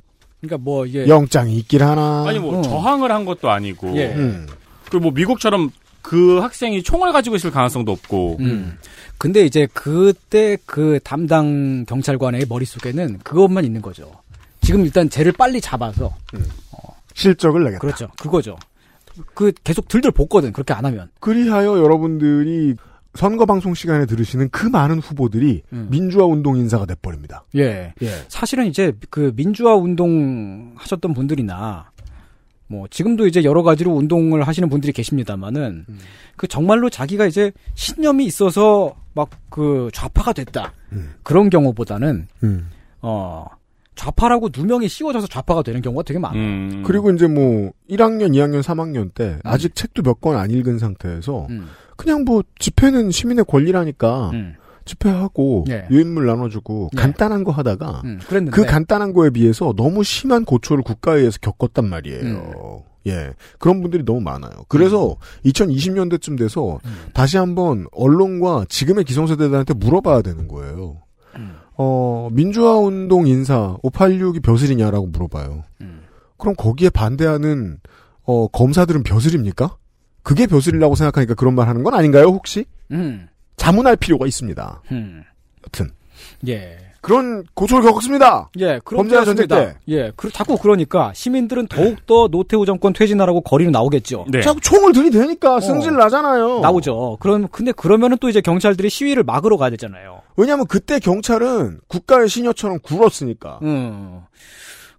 S6: 그러니까 뭐 이게
S2: 영장이 있길 하나.
S3: 아니 뭐
S2: 어.
S3: 저항을 한 것도 아니고
S2: 예. 음.
S3: 그리고 뭐 미국처럼 그 학생이 총을 가지고 있을 가능성도 없고
S6: 음.
S2: 음.
S6: 근데 이제 그때 그 담당 경찰관의 머릿속에는 그것만 있는 거죠. 지금 일단 쟤를 빨리 잡아서
S2: 실적을 내겠다.
S6: 그렇죠. 그거죠. 그 계속 들들 볶거든. 그렇게 안 하면.
S2: 그리하여 여러분들이 선거 방송 시간에 들으시는 그 많은 후보들이 민주화 운동 인사가 돼버립니다.
S6: 예. 사실은 이제 그 민주화 운동 하셨던 분들이나 뭐 지금도 이제 여러 가지로 운동을 하시는 분들이 계십니다만은 그 정말로 자기가 이제 신념이 있어서 막 그 좌파가 됐다. 그런 경우보다는
S2: 음.
S6: 어 좌파라고 누명이 씌워져서 좌파가 되는 경우가 되게 많아요.
S3: 음.
S2: 그리고 이제 뭐 1학년, 2학년, 3학년 때 아직 책도 몇 권 안 읽은 상태에서
S6: 음.
S2: 그냥 뭐 집회는 시민의 권리라니까
S6: 음.
S2: 집회하고
S6: 예.
S2: 유인물 나눠주고 간단한 거 하다가
S6: 음. 그랬는데.
S2: 그 간단한 거에 비해서 너무 심한 고초를 국가에 의해서 겪었단 말이에요. 예. 그런 분들이 너무 많아요. 그래서 2020년대쯤 돼서 다시 한번 언론과 지금의 기성세대들한테 물어봐야 되는 거예요. 어, 민주화 운동 인사 586이 벼슬이냐라고 물어봐요. 그럼 거기에 반대하는 어, 검사들은 벼슬입니까? 그게 벼슬이라고 생각하니까 그런 말 하는 건 아닌가요, 혹시?
S6: 음.
S2: 자문할 필요가 있습니다.
S6: 음.
S2: 여튼
S6: 예.
S2: 그런 고초를 겪었습니다.
S6: 예,
S2: 범죄와 전쟁 때.
S6: 예, 그, 자꾸 그러니까 시민들은 더욱더 노태우 정권 퇴진하라고 거리로 나오겠죠.
S2: 자꾸 총을 들이대니까 승질 나잖아요.
S6: 네. 어. 나오죠. 그럼 근데 그러면은 또 이제 경찰들이 시위를 막으러 가야 되잖아요.
S2: 왜냐하면 그때 경찰은 국가의 신여처럼 굴었으니까.
S6: 음.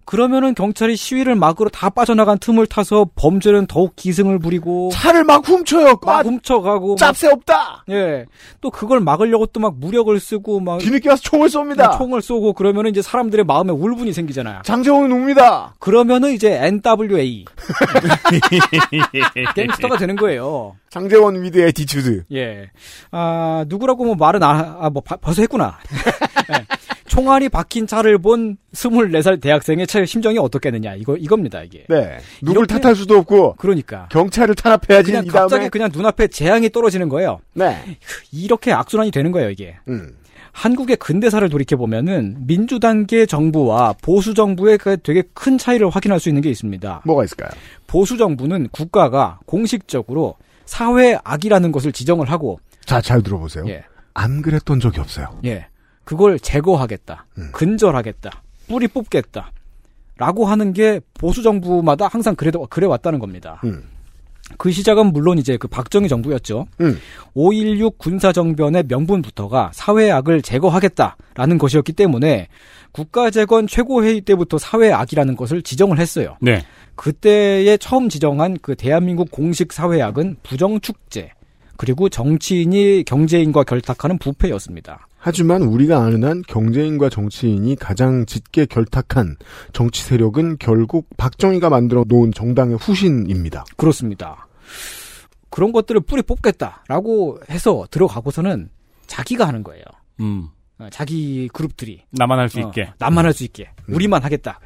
S6: 그러면은 경찰이 시위를 막으로 다 빠져나간 틈을 타서 범죄는 더욱 기승을 부리고
S2: 차를 막 훔쳐요. 아,
S6: 막 훔쳐가고
S2: 짭새 없다.
S6: 예. 또 그걸 막으려고 또 막 무력을 쓰고 막뭐
S2: 뒤늦게 와서 총을 쏩니다.
S6: 어. 네, 총을 쏘고 그러면은 이제 사람들의 마음에 울분이 생기잖아요.
S2: 장재홍은 웁니다.
S6: 그러면은 이제 NWA 갱스터가 되는 거예요.
S2: 장재원 위드 에티튜드.
S6: 예. 아, 누구라고 뭐 말은 아, 아 뭐, 바- 벌써 했구나. [laughs] 예. 총알이 박힌 차를 본 24살 대학생의 차 심정이 어떻겠느냐. 이거, 이겁니다, 이게.
S2: 네. 누굴 탓할 수도 없고.
S6: 그러니까.
S2: 경찰을 탄압해야지.
S6: 그냥
S2: 이 다음에.
S6: 갑자기 그냥 눈앞에 재앙이 떨어지는 거예요. [laughs]
S2: 네.
S6: 이렇게 악순환이 되는 거예요, 이게.
S2: 음.
S6: 한국의 근대사를 돌이켜보면은 민주당계 정부와 보수정부의 그 되게 큰 차이를 확인할 수 있는 게 있습니다.
S2: 뭐가 있을까요?
S6: 보수정부는 국가가 공식적으로 사회 악이라는 것을 지정을 하고
S2: 자, 잘 들어보세요.
S6: 예.
S2: 안 그랬던 적이 없어요.
S6: 예. 그걸 제거하겠다.
S2: 음.
S6: 근절하겠다. 뿌리 뽑겠다. 라고 하는 게 보수 정부마다 항상 그래 그래 왔다는 겁니다.
S2: 음.
S6: 그 시작은 물론 이제 그 박정희 정부였죠.
S2: 음.
S6: 5.16 군사정변의 명분부터가 사회악을 제거하겠다라는 것이었기 때문에 국가재건 최고회의 때부터 사회악이라는 것을 지정을 했어요.
S3: 네.
S6: 그때에 처음 지정한 그 대한민국 공식 사회악은 부정축제 그리고 정치인이 경제인과 결탁하는 부패였습니다.
S2: 하지만 우리가 아는 한 경제인과 정치인이 가장 짙게 결탁한 정치 세력은 결국 박정희가 만들어 놓은 정당의 후신입니다.
S6: 그렇습니다. 그런 것들을 뿌리 뽑겠다라고 해서 들어가고서는 자기가 하는 거예요.
S3: 음.
S6: 어, 자기 그룹들이
S3: 나만 할 수
S6: 어,
S3: 있게. 음.
S6: 나만 할 수 있게 우리만 하겠다.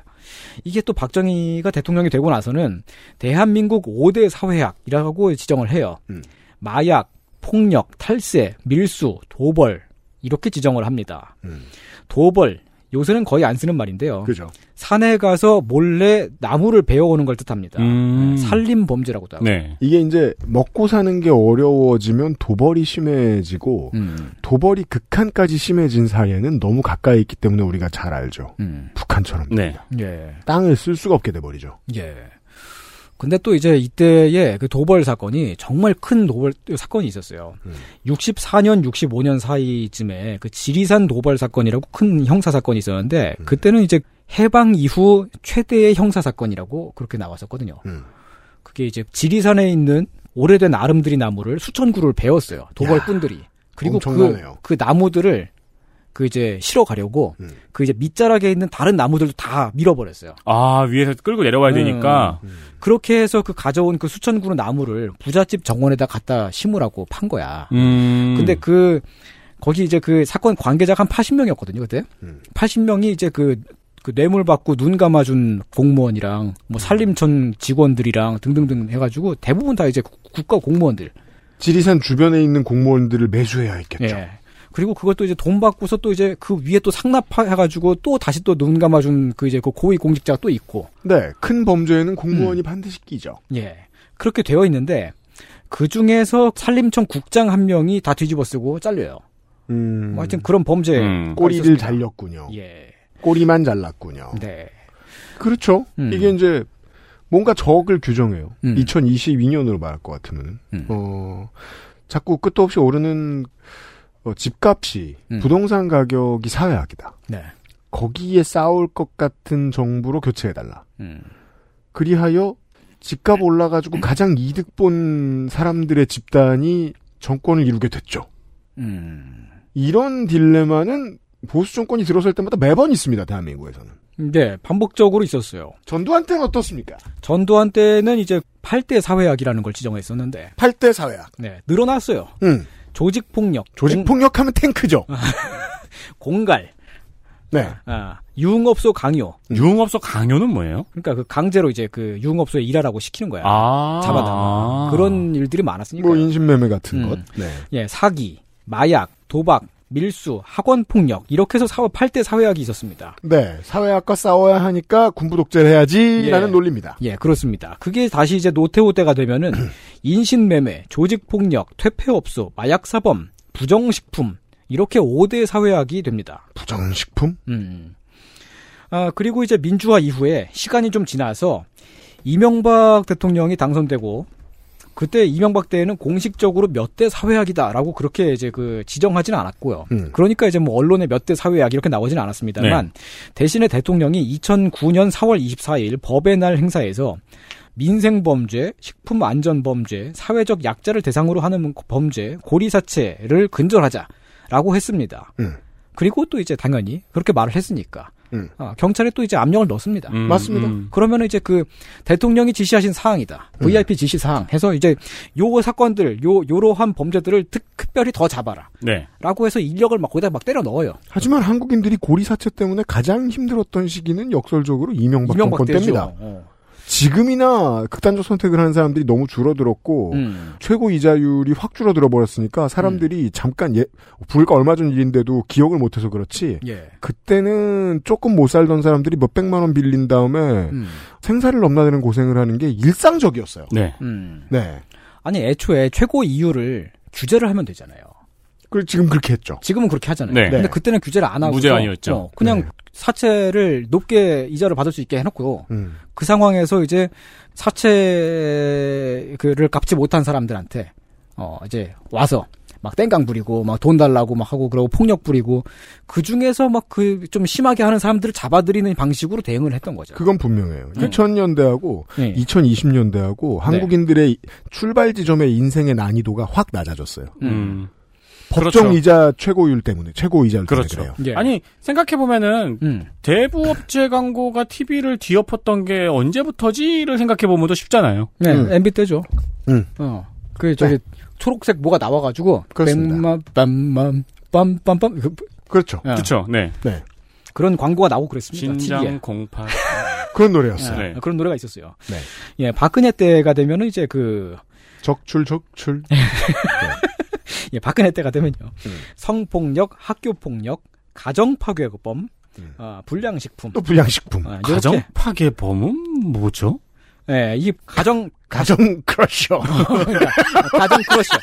S6: 이게 또 박정희가 대통령이 되고 나서는 대한민국 5대 사회학이라고 지정을 해요.
S3: 음.
S6: 마약, 폭력, 탈세, 밀수, 도벌 이렇게 지정을 합니다.
S3: 음.
S6: 도벌 요새는 거의 안 쓰는 말인데요.
S2: 그죠.
S6: 산에 가서 몰래 나무를 베어오는 걸 뜻합니다.
S3: 음.
S6: 네, 살림 범죄라고도 하고.
S3: 네.
S2: 이게 이제 먹고 사는 게 어려워지면 도벌이 심해지고
S6: 음.
S3: 네.
S2: 도벌이 극한까지 심해진 사례는 너무 가까이 있기 때문에 우리가 잘 알죠.
S6: 음.
S2: 북한처럼
S3: 네.
S6: 예.
S2: 땅을 쓸 수가 없게 돼버리죠.
S6: 예. 근데 또 이제 이때의 그 도벌 사건이 정말 큰 도벌 사건이 있었어요.
S2: 음.
S6: 64년, 65년 사이쯤에 그 지리산 도벌 사건이라고 큰 형사 사건이
S2: 음.
S6: 있었는데 그때는 이제 해방 이후 최대의 형사 사건이라고 그렇게 나왔었거든요.
S2: 음.
S6: 그게 이제 지리산에 있는 오래된 아름드리 나무를 수천 그루를 베었어요. 도벌꾼들이. 그리고
S2: 엄청나네요.
S6: 그, 그 나무들을 그 이제 실어 가려고
S2: 음.
S6: 그 이제 밑자락에 있는 다른 나무들도 다 밀어버렸어요.
S3: 아, 위에서 끌고 내려와야 되니까.
S6: 그렇게 해서 그 가져온 그 수천 그루 나무를 부잣집 정원에다 갖다 심으라고 판 거야.
S3: 음.
S6: 근데 그 거기 이제 그 사건 관계자가 한 80명이었거든요, 그때. 80명이 이제 그, 그 뇌물 받고 눈 감아준 공무원이랑 뭐 산림청 직원들이랑 등등등 해가지고 대부분 다 이제 국- 국가 공무원들.
S2: 지리산 주변에 있는 공무원들을 매수해야 했겠죠.
S6: 예. 그리고 그것도 이제 돈 받고서 또 이제 그 위에 또 상납해가지고 또 다시 또 눈 감아준 그 이제 그 고위 공직자가 또 있고.
S2: 네, 큰 범죄에는
S6: 음.
S2: 공무원이 반드시 끼죠.
S6: 예. 그렇게 되어 있는데 그 중에서 산림청 국장 한 명이 다 뒤집어쓰고 잘려요.
S2: 음,
S6: 뭐 하여튼 그런 범죄
S3: 음.
S2: 꼬리를 잘렸군요.
S6: 예.
S2: 꼬리만 잘랐군요.
S6: 네.
S2: 그렇죠.
S6: 음.
S2: 이게 이제 뭔가 적을 규정해요.
S6: 음.
S2: 2022년으로 말할 것 같으면
S6: 음.
S2: 어, 자꾸 끝도 없이 오르는 어, 집값이
S6: 음.
S2: 부동산 가격이 사회학이다.
S6: 네.
S2: 거기에 싸울 것 같은 정부로 교체해달라.
S6: 음.
S2: 그리하여 집값 올라가지고 가장 이득 본 사람들의 집단이 정권을 이루게 됐죠.
S6: 음.
S2: 이런 딜레마는 보수 정권이 들어설 때마다 매번 있습니다. 대한민국에서는.
S6: 네, 반복적으로 있었어요.
S2: 전두환 때는 어떻습니까?
S6: 전두환 때는 이제 8대 사회학이라는 걸 지정했었는데
S2: 8대 사회학.
S6: 네, 늘어났어요.
S2: 음.
S6: 조직 폭력,
S2: 조직 폭력하면 탱크죠.
S6: 공갈,
S2: 네.
S6: 아, 유흥업소 강요.
S3: 유흥업소 강요는 뭐예요?
S6: 그러니까 그 강제로 이제 그 유흥업소에 일하라고 시키는 거야.
S3: 아.
S6: 잡아다. 그런 일들이 많았으니까.
S2: 뭐 인신매매 같은
S6: 음.
S2: 것. 네.
S6: 예, 사기, 마약, 도박, 밀수, 학원 폭력 이렇게 해서 사회 8대 사회학이 있었습니다.
S2: 네. 사회학과 싸워야 하니까 군부 독재를 해야지라는
S6: 예.
S2: 논리입니다.
S6: 예, 그렇습니다. 그게 다시 이제 노태우 때가 되면은 [clears throat] 인신매매, 조직폭력, 퇴폐업소, 마약사범, 부정식품 이렇게 5대 사회학이 됩니다.
S2: 부정식품?
S6: 음. 아, 그리고 이제 민주화 이후에 시간이 좀 지나서 이명박 대통령이 당선되고 그때 이명박 때에는 공식적으로 몇 대 사회학이다라고 그렇게 이제 그 지정하지는 않았고요.
S2: 음.
S6: 그러니까 이제 뭐 언론에 몇 대 사회학 이렇게 나오지는 않았습니다만 대신에 대통령이 2009년 4월 24일 법의 날 행사에서 민생범죄, 식품안전범죄, 사회적 약자를 대상으로 하는 범죄, 고리사체를 근절하자라고 했습니다.
S2: 음.
S6: 그리고 또 이제 당연히 그렇게 말을 했으니까
S2: 음.
S6: 아, 경찰에 또 이제 압력을 넣습니다.
S2: 음, 맞습니다. 음.
S6: 그러면 이제 그 대통령이 지시하신 사항이다. VIP 지시 사항 해서 이제 요 사건들, 요 요러한 범죄들을 특, 별히더 잡아라.
S3: 네.
S6: 라고 해서 인력을 막 거기다 막 때려 넣어요.
S2: 하지만 한국인들이 고리 사체 때문에 가장 힘들었던 시기는 역설적으로 이명박, 정권
S6: 때죠.
S2: 때입니다.
S6: 어.
S2: 지금이나 극단적 선택을 하는 사람들이 너무 줄어들었고
S6: 음.
S2: 최고 이자율이 확 줄어들어 버렸으니까 사람들이 잠깐 예, 불과 얼마 전 일인데도 기억을 못해서 그렇지
S6: 예.
S2: 그때는 조금 못 살던 사람들이 몇 백만 원 빌린 다음에 생사를 넘나드는 고생을 하는 게 일상적이었어요.
S3: 네.
S6: 음.
S2: 네.
S6: 아니 애초에 최고 이유를 규제를 하면 되잖아요.
S2: 그 지금 그렇게 했죠.
S6: 지금은 그렇게 하잖아요.
S3: 네.
S6: 근데 그때는 규제를 안 하고
S3: 무제한이었죠.
S6: 그냥
S2: 네.
S6: 사채를 높게 이자를 받을 수 있게 해놓고
S2: 음.
S6: 그 상황에서 이제 사채를 갚지 못한 사람들한테 어 이제 와서 막 땡깡 부리고 막 돈 달라고 막 하고 그러고 폭력 부리고 그 중에서 막 그 좀 심하게 하는 사람들을 잡아들이는 방식으로 대응을 했던 거죠. 예.
S2: 그건 분명해요.
S3: 음.
S2: 2000년대하고
S3: 예.
S2: 2020년대하고
S3: 네.
S2: 한국인들의 출발 지점의 인생의 난이도가 확 낮아졌어요.
S3: 음.
S2: 법정
S3: 그렇죠.
S2: 이자 최고율 때문에 최고 이자율 때문에 그래요.
S3: 아니 생각해 보면은
S6: 음.
S3: 대부업체 광고가 TV를 뒤엎었던 게 언제부터지를 생각해 보면 더 쉽잖아요.
S6: 네,
S2: 음.
S6: MB 때죠. 어. 그
S2: 네.
S6: 저기 초록색 뭐가 나와가지고 빰마 빰빰 빰빰빰 그,
S2: 그렇죠.
S6: 예.
S3: 그렇죠. 네.
S2: 네.
S6: 그런 광고가 나오고 그랬습니다. TV에.
S3: 진장 공파.
S2: 그런 노래였어요.
S6: 예, 그런 노래가 있었어요.
S2: 네.
S6: 예, 박근혜 때가 되면은 이제 그
S3: 예.
S2: 적출 적출.
S6: [laughs] 예, 박근혜 때가 되면요. 성폭력, 학교 폭력, 가정 파괴범, 아, 불량식품.
S2: 또
S3: 예.
S2: 불량식품.
S6: 아, 요렇게.
S3: 가정 파괴 범은 뭐죠?
S6: 예, 이 가정
S2: 가정
S3: [laughs]
S2: 크러셔.
S6: 가정 크러셔.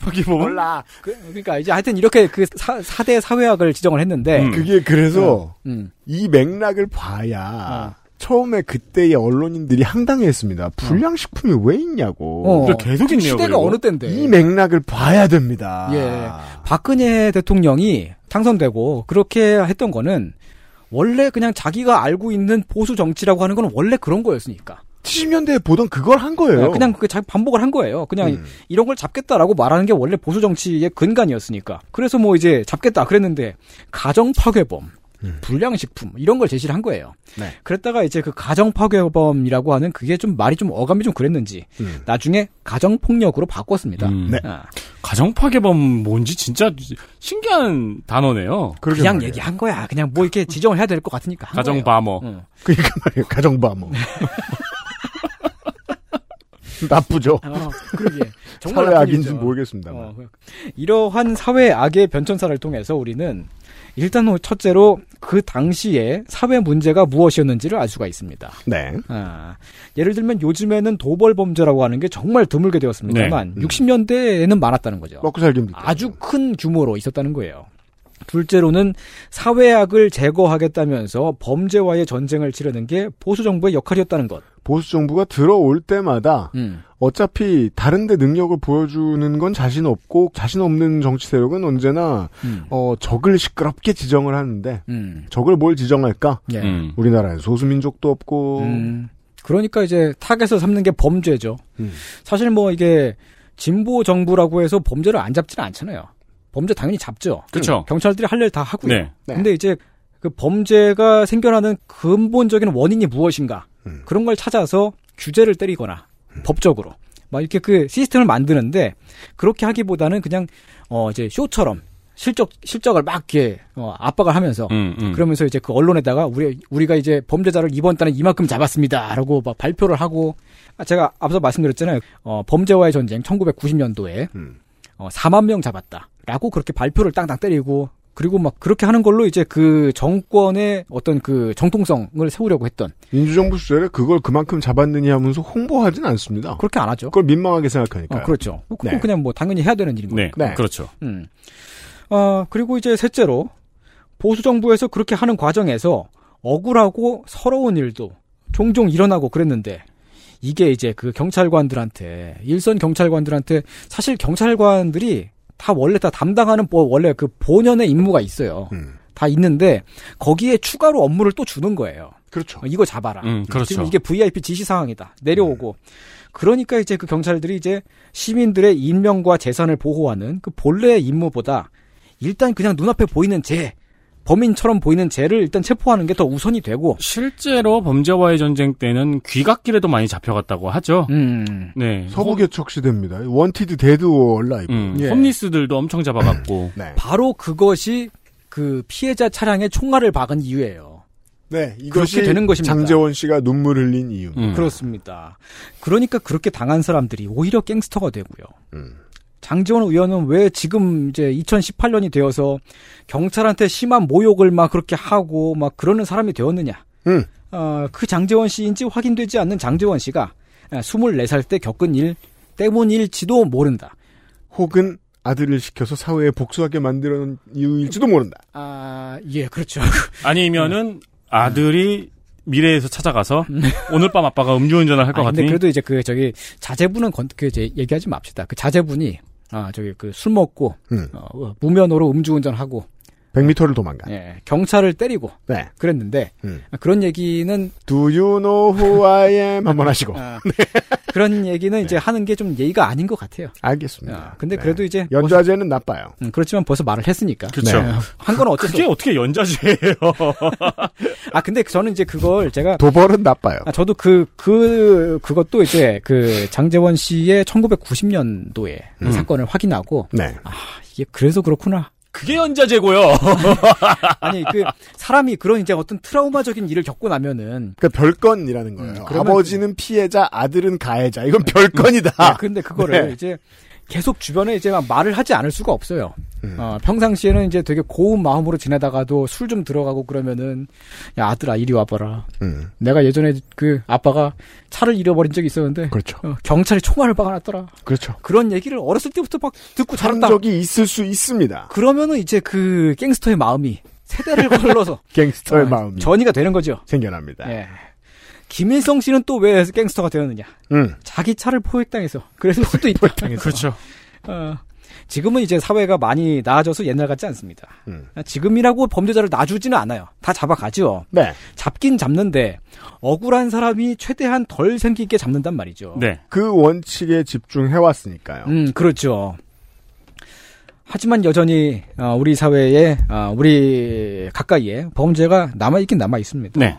S3: 파괴 범?
S2: 몰라.
S6: 그, 그러니까 이제 하여튼 이렇게 그 사, 4대 사회학을 지정을
S3: 음.
S6: 했는데
S2: 그게 그래서
S3: 예.
S6: 음.
S2: 이 맥락을
S3: 아.
S2: 봐야 처음에 그때의 언론인들이 항당했습니다. 불량식품이 왜 있냐고.
S6: 어.
S3: 그러니까
S6: 근데 계속 지금 있네요, 시대가 그리고. 어느 때인데.
S2: 이 맥락을 봐야 됩니다.
S6: 예. 박근혜 대통령이 당선되고 그렇게 했던 거는 원래 그냥 자기가 알고 있는 보수 정치라고 하는 건 원래 그런 거였으니까.
S2: 70년대에 보던 그걸 한 거예요. 음.
S6: 그냥 그 자- 반복을 한 거예요. 그냥 이런 걸 잡겠다라고 말하는 게 원래 보수 정치의 근간이었으니까. 그래서 뭐 이제 잡겠다 그랬는데 가정 파괴범, 불량식품 이런 걸 제시를 한 거예요.
S2: 음. 네.
S6: 그랬다가 이제 그 가정 파괴범이라고 하는 그게 좀 말이 좀 어감이 좀 그랬는지
S2: 음.
S6: 나중에 가정 폭력으로 바꿨습니다.
S3: 네.
S6: 아.
S3: 가정 파괴 범 뭔지 진짜 신기한 단어네요.
S6: 그냥 얘기한 거야. 그냥 뭐 이렇게 지정을 해야 될 것 같으니까. 한
S3: 가정
S6: 거예요.
S3: 바머.
S2: [laughs] 그러니까 말이에요. 가정
S6: [laughs]
S2: 바모. 나쁘죠.
S6: 어, 그러게. 정말
S2: 사회
S6: 나쁜
S2: 악인지는
S6: 일이죠.
S2: 모르겠습니다만.
S6: 어, 이러한 사회 악의 변천사를 통해서 우리는 일단 첫째로 그 당시에 사회 문제가 무엇이었는지를 알 수가 있습니다.
S2: 네.
S6: 아, 예를 들면 요즘에는 도벌 범죄라고 하는 게 정말 드물게 되었습니다만
S2: 네. 뭐
S6: 60년대에는 많았다는 거죠.
S2: 먹고 살기 힘들
S6: 아주 큰 규모로 있었다는 거예요. 둘째로는 사회악을 제거하겠다면서 범죄와의 전쟁을 치르는 게 보수 정부의 역할이었다는 것. 음,
S2: 보수 정부가 들어올 때마다 어차피 다른데 능력을 보여주는 건 자신 없고 자신 없는 정치 세력은 언제나
S6: 음.
S2: 어, 적을 시끄럽게 지정을 하는데
S6: 음.
S2: 적을 뭘 지정할까?
S6: 예.
S3: 음.
S2: 우리나라엔 소수민족도 없고
S6: 음. 그러니까 이제 타겟을 삼는 게 범죄죠.
S2: 음.
S6: 사실 뭐 이게 진보 정부라고 해서 범죄를 안 잡지는 않잖아요. 범죄 당연히 잡죠.
S3: 그쵸.
S6: 경찰들이 할 일 다 하고요.
S3: 네.
S2: 네.
S6: 근데 이제 그 범죄가 생겨나는 근본적인 원인이 무엇인가
S2: 음.
S6: 그런 걸 찾아서 규제를 때리거나 법적으로 막 이렇게 그 시스템을 만드는데 그렇게 하기보다는 그냥 어 이제 쇼처럼 실적 실적을 막 이렇게 어, 압박을 하면서
S3: 음, 음.
S6: 그러면서 이제 그 언론에다가 우리 우리가 이제 범죄자를 이번 달에 이만큼 잡았습니다라고 막 발표를 하고 아, 제가 앞서 말씀드렸잖아요 어, 범죄와의 전쟁 1990년도에
S2: 음.
S6: 어, 4만 명 잡았다라고 그렇게 발표를 땅땅 때리고 그리고 막 그렇게 하는 걸로 이제 그 정권의 어떤 그 정통성을 세우려고 했던
S2: 민주정부 시절에 그걸 그만큼 잡았느냐 하면서 홍보하진 않습니다.
S6: 그렇게 안 하죠.
S2: 그걸 민망하게 생각하니까요.
S6: 어, 그렇죠. 그건
S2: 네.
S6: 그냥 뭐 당연히 해야 되는 일인 거예요.
S3: 네. 그렇죠.
S6: 음. 어, 그리고 이제 셋째로 보수 정부에서 그렇게 하는 과정에서 억울하고 서러운 일도 종종 일어나고 그랬는데 이게 이제 그 경찰관들한테 일선 경찰관들한테 사실 경찰관들이 다 원래 다 담당하는 뭐 원래 그 본연의 임무가 있어요.
S2: 음.
S6: 다 있는데 거기에 추가로 업무를 또 주는 거예요.
S2: 그렇죠.
S6: 어, 이거 잡아라.
S3: 음, 그렇죠.
S6: 지금 이게 VIP 지시 사항이다. 내려오고. 그러니까 이제 그 경찰들이 이제 시민들의 인명과 재산을 보호하는 그 본래의 임무보다 일단 그냥 눈앞에 보이는 죄, 범인처럼 보이는 죄를 일단 체포하는 게 더 우선이 되고
S3: 실제로 범죄와의 전쟁 때는 귀갓길에도 많이 잡혀갔다고 하죠.
S6: 음.
S3: 네.
S6: 뭐-
S2: 서구 개척 시대입니다. 원티드 데드 월 라이브.
S3: 음,
S6: 예.
S3: 홈리스들도 엄청 잡아갔고.
S6: 바로 그것이 그 피해자 차량에 총알을 박은 이유예요.
S2: 네,
S6: 그렇게 되는 것입니다. 음.
S2: 장재원 씨가 눈물 흘린 이유.
S3: 음.
S6: 그렇습니다. 그러니까 그렇게 당한 사람들이 오히려 갱스터가 되고요. 장재원 의원은 왜 지금 이제 2018년이 되어서 경찰한테 심한 모욕을 막 그렇게 하고 막 그러는 사람이 되었느냐?
S2: 음.
S6: 어, 그 장재원 씨인지 확인되지 않는 장재원 씨가 24살 때 겪은 일 때문일지도 모른다.
S2: 혹은 아들을 시켜서 사회에 복수하게 만드는 이유일지도 모른다.
S6: 아, 예, 그렇죠. 음.
S3: 아니면은 아들이 미래에서 찾아가서
S6: [laughs]
S3: 오늘 밤 아빠가 음주운전을 할 것
S6: 아니, 근데
S3: 같으니
S6: 그래도 이제 그 저기 자제분은 건, 그 이제 얘기하지 맙시다. 그 자제분이 아 저기 그 술 먹고
S2: 음.
S6: 어, 무면허로 음주운전하고
S2: 100m를 도망가.
S6: 예, 경찰을 때리고
S2: 네.
S6: 그랬는데
S2: 음.
S6: 그런 얘기는
S2: Do you know who I am? 한번 하시고.
S6: 아, 그런 얘기는 이제 하는 게 좀 예의가 아닌 것 같아요.
S2: 알겠습니다. 네.
S6: 근데 그래도 이제
S2: 연좌제는 나빠요. 네.
S6: 음, 그렇지만 벌써 말을 했으니까.
S3: 그렇죠.
S6: 한 건 어쩔 수
S3: 그게 어떻게 연자제예요?
S6: 아 근데 저는 이제 그걸 제가
S2: 도벌은 나빠요.
S6: 아, 저도 그, 그, 그것도 이제 그 장재원 씨의 1990년도에 그
S2: 음.
S6: 사건을 확인하고,
S2: 네.
S6: 이게 그래서 그렇구나.
S3: 그게 연자제고요.
S6: [laughs] 아니, 그, 사람이 그런 이제 어떤 트라우마적인 일을 겪고 나면은.
S2: 그러니까 별건이라는 거예요.
S6: 음, 그러면-
S2: 아버지는 피해자, 아들은 가해자. 이건 별건이다.
S6: 네, 근데 그거를
S2: 네.
S6: 이제 계속 주변에 이제 막 말을 하지 않을 수가 없어요.
S2: 음.
S6: 어, 평상시에는 이제 되게 고운 마음으로 지내다가도 술 좀 들어가고 그러면은, 야, 아들아, 이리 와봐라.
S2: 음.
S6: 내가 예전에 그 아빠가 차를 잃어버린 적이 있었는데.
S2: 그렇죠.
S6: 어, 경찰이 총알을 박아놨더라.
S2: 그렇죠.
S6: 그런 얘기를 어렸을 때부터 막 듣고
S2: 한
S6: 자랐다.
S2: 적이 있을 수 있습니다.
S6: 그러면은 이제 그 갱스터의 마음이 세대를 걸러서
S2: 갱스터의 [laughs]
S6: 어,
S2: 마음이 네.
S6: 전이가 되는 거죠.
S2: 생겨납니다.
S6: 예. 김일성 씨는 또 왜 갱스터가 되었느냐?
S2: 음.
S6: 자기 차를 [laughs] 포획당해서 그래서 수도 있다.
S3: 그렇죠.
S6: 어, 지금은 이제 사회가 많이 나아져서 옛날 같지 않습니다.
S2: 음.
S6: 지금이라고 범죄자를 놔주지는 않아요. 다 잡아가죠.
S2: 네.
S6: 잡긴 잡는데 억울한 사람이 최대한 덜 생기게 잡는단 말이죠.
S3: 네.
S2: 그 원칙에 집중해왔으니까요.
S6: 음, 그렇죠. 하지만 여전히 어, 우리 사회에 어, 우리 가까이에 범죄가 남아 있긴 남아 있습니다.
S3: 네.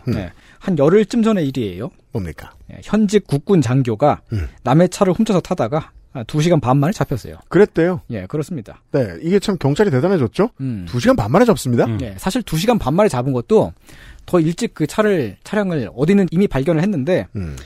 S6: 한 열흘쯤 전의 일이에요.
S2: 뭡니까?
S6: 예, 현직 국군 장교가
S2: 음.
S6: 남의 차를 훔쳐서 타다가 아, 2시간 반 만에 잡혔어요.
S2: 그랬대요.
S6: 예, 그렇습니다.
S2: 네. 이게 참 경찰이 대단해졌죠?
S6: 음.
S2: 두 시간 반 만에 잡습니다.
S6: 예, 사실 2시간 반 만에 잡은 것도 더 일찍 그 차를 차량을 어디는 이미 발견을 했는데
S2: 음.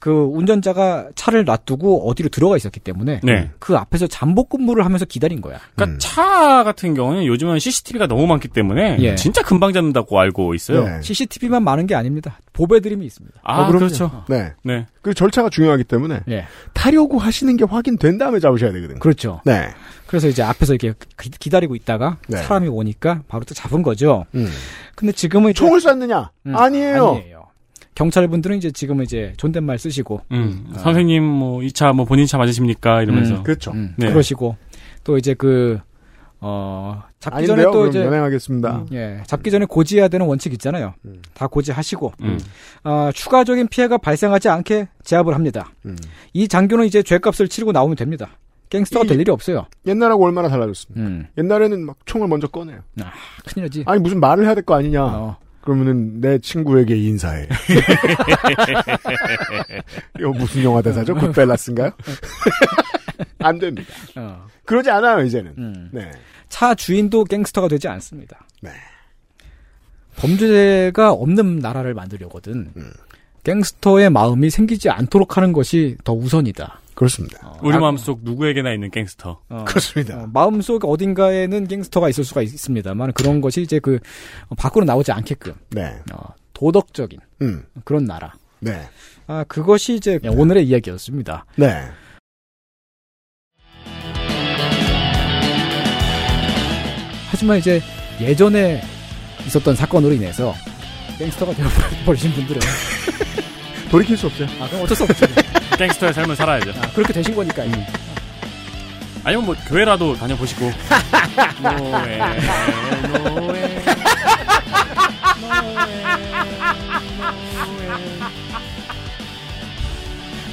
S6: 그 운전자가 차를 놔두고 어디로 들어가 있었기 때문에
S3: 네.
S6: 그 앞에서 잠복 근무를 하면서 기다린 거야.
S3: 그러니까 차 같은 경우는 요즘은 CCTV가 너무 많기 때문에
S6: 예.
S3: 진짜 금방 잡는다고 알고 있어요.
S2: 네.
S6: CCTV만 많은 게 아닙니다. 보배드림이 있습니다.
S3: 아,
S2: 어, 그럼요.
S3: 그렇죠.
S2: 네.
S3: 네.
S2: 그 절차가 중요하기 때문에
S6: 예.
S2: 타려고 하시는 게 확인된 다음에 잡으셔야 되거든요.
S6: 그렇죠.
S2: 네.
S6: 그래서 이제 앞에서 이렇게 기- 기다리고 있다가
S2: 네.
S6: 사람이 오니까 바로 또 잡은 거죠.
S2: 음.
S6: 근데 지금은 이제-
S2: 총을 쐈느냐?
S6: 음,
S2: 아니에요.
S6: 아니에요. 경찰분들은 이제 지금 이제 존댓말 쓰시고
S3: 음. 선생님 뭐 이 차 뭐 본인 차 맞으십니까? 이러면서.
S6: 음,
S2: 그렇죠.
S6: 음,
S3: 네.
S6: 그러시고 또 이제 그 어, 잡기 전에
S2: 아닌데요?
S6: 또
S2: 그럼
S6: 이제
S2: 연행하겠습니다.
S6: 예, 잡기 전에 고지해야 되는 원칙 있잖아요.
S2: 음.
S6: 다 고지하시고
S3: 음.
S6: 아, 추가적인 피해가 발생하지 않게 제압을 합니다.
S2: 음.
S6: 이 장교는 이제 죄값을 치르고 나오면 됩니다. 갱스터가
S2: 이-
S6: 될 일이 없어요.
S2: 옛날하고 얼마나 달라졌습니까?
S6: 음,
S2: 옛날에는 막 총을 먼저 꺼내요.
S6: 큰일이지.
S2: 아니 무슨 말을 해야 될 거 아니냐?
S6: 어.
S2: 그러면은 내 친구에게
S6: [laughs]
S2: 인사해. 이거 무슨 영화 대사죠?
S6: [laughs]
S2: 굿벨라스인가요? 안 됩니다.
S6: 어.
S2: 그러지 않아요 이제는.
S6: 음.
S2: 네.
S6: 차 주인도 갱스터가 되지 않습니다.
S2: 네.
S6: 범죄가 없는 나라를 만들려거든.
S2: 음.
S6: 갱스터의 마음이 생기지 않도록 하는 것이 더 우선이다.
S2: 그렇습니다.
S3: 우리
S6: 아,
S3: 마음속 누구에게나 있는 갱스터.
S6: 어,
S2: 그렇습니다.
S6: 어, 마음속 어딘가에는 갱스터가 있을 수가 있습니다만 그런 것이 이제 그 어, 밖으로 나오지 않게끔
S2: 네.
S6: 어, 도덕적인
S2: 음.
S6: 그런 나라.
S2: 네.
S6: 아 그것이 이제
S17: 네.
S6: 오늘의 이야기였습니다.
S2: 네.
S6: 하지만 이제 예전에 있었던 사건으로 인해서 갱스터가 되어버리신 분들은
S2: 돌이킬 수 없어요.
S6: 아 그럼 어쩔 수 없죠.
S3: 갱스터의 삶을 살아야죠.
S17: 그렇게 되신 거니까요.
S3: 아니면 뭐 교회라도 다녀보시고. 노예, 노예.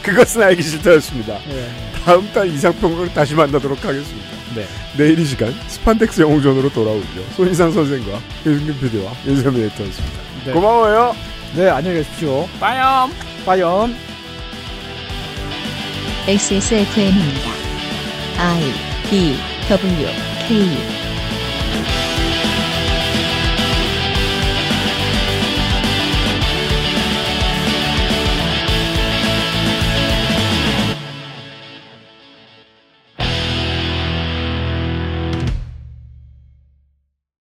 S2: 그것은 알기 싫다였습니다.
S17: 네.
S2: 다음 달 이상평론을 다시 만나도록 하겠습니다.
S17: 네.
S2: 내일 이 시간 스판덱스 영웅전으로 돌아오죠. 손희상 선생과 유승균 PD와 윤세민 에디터였습니다.
S17: 네.
S2: 고마워요.
S17: 네, 안녕히 계십시오.
S3: 빠염.
S17: 빠염.
S1: XSFM입니다. I D W K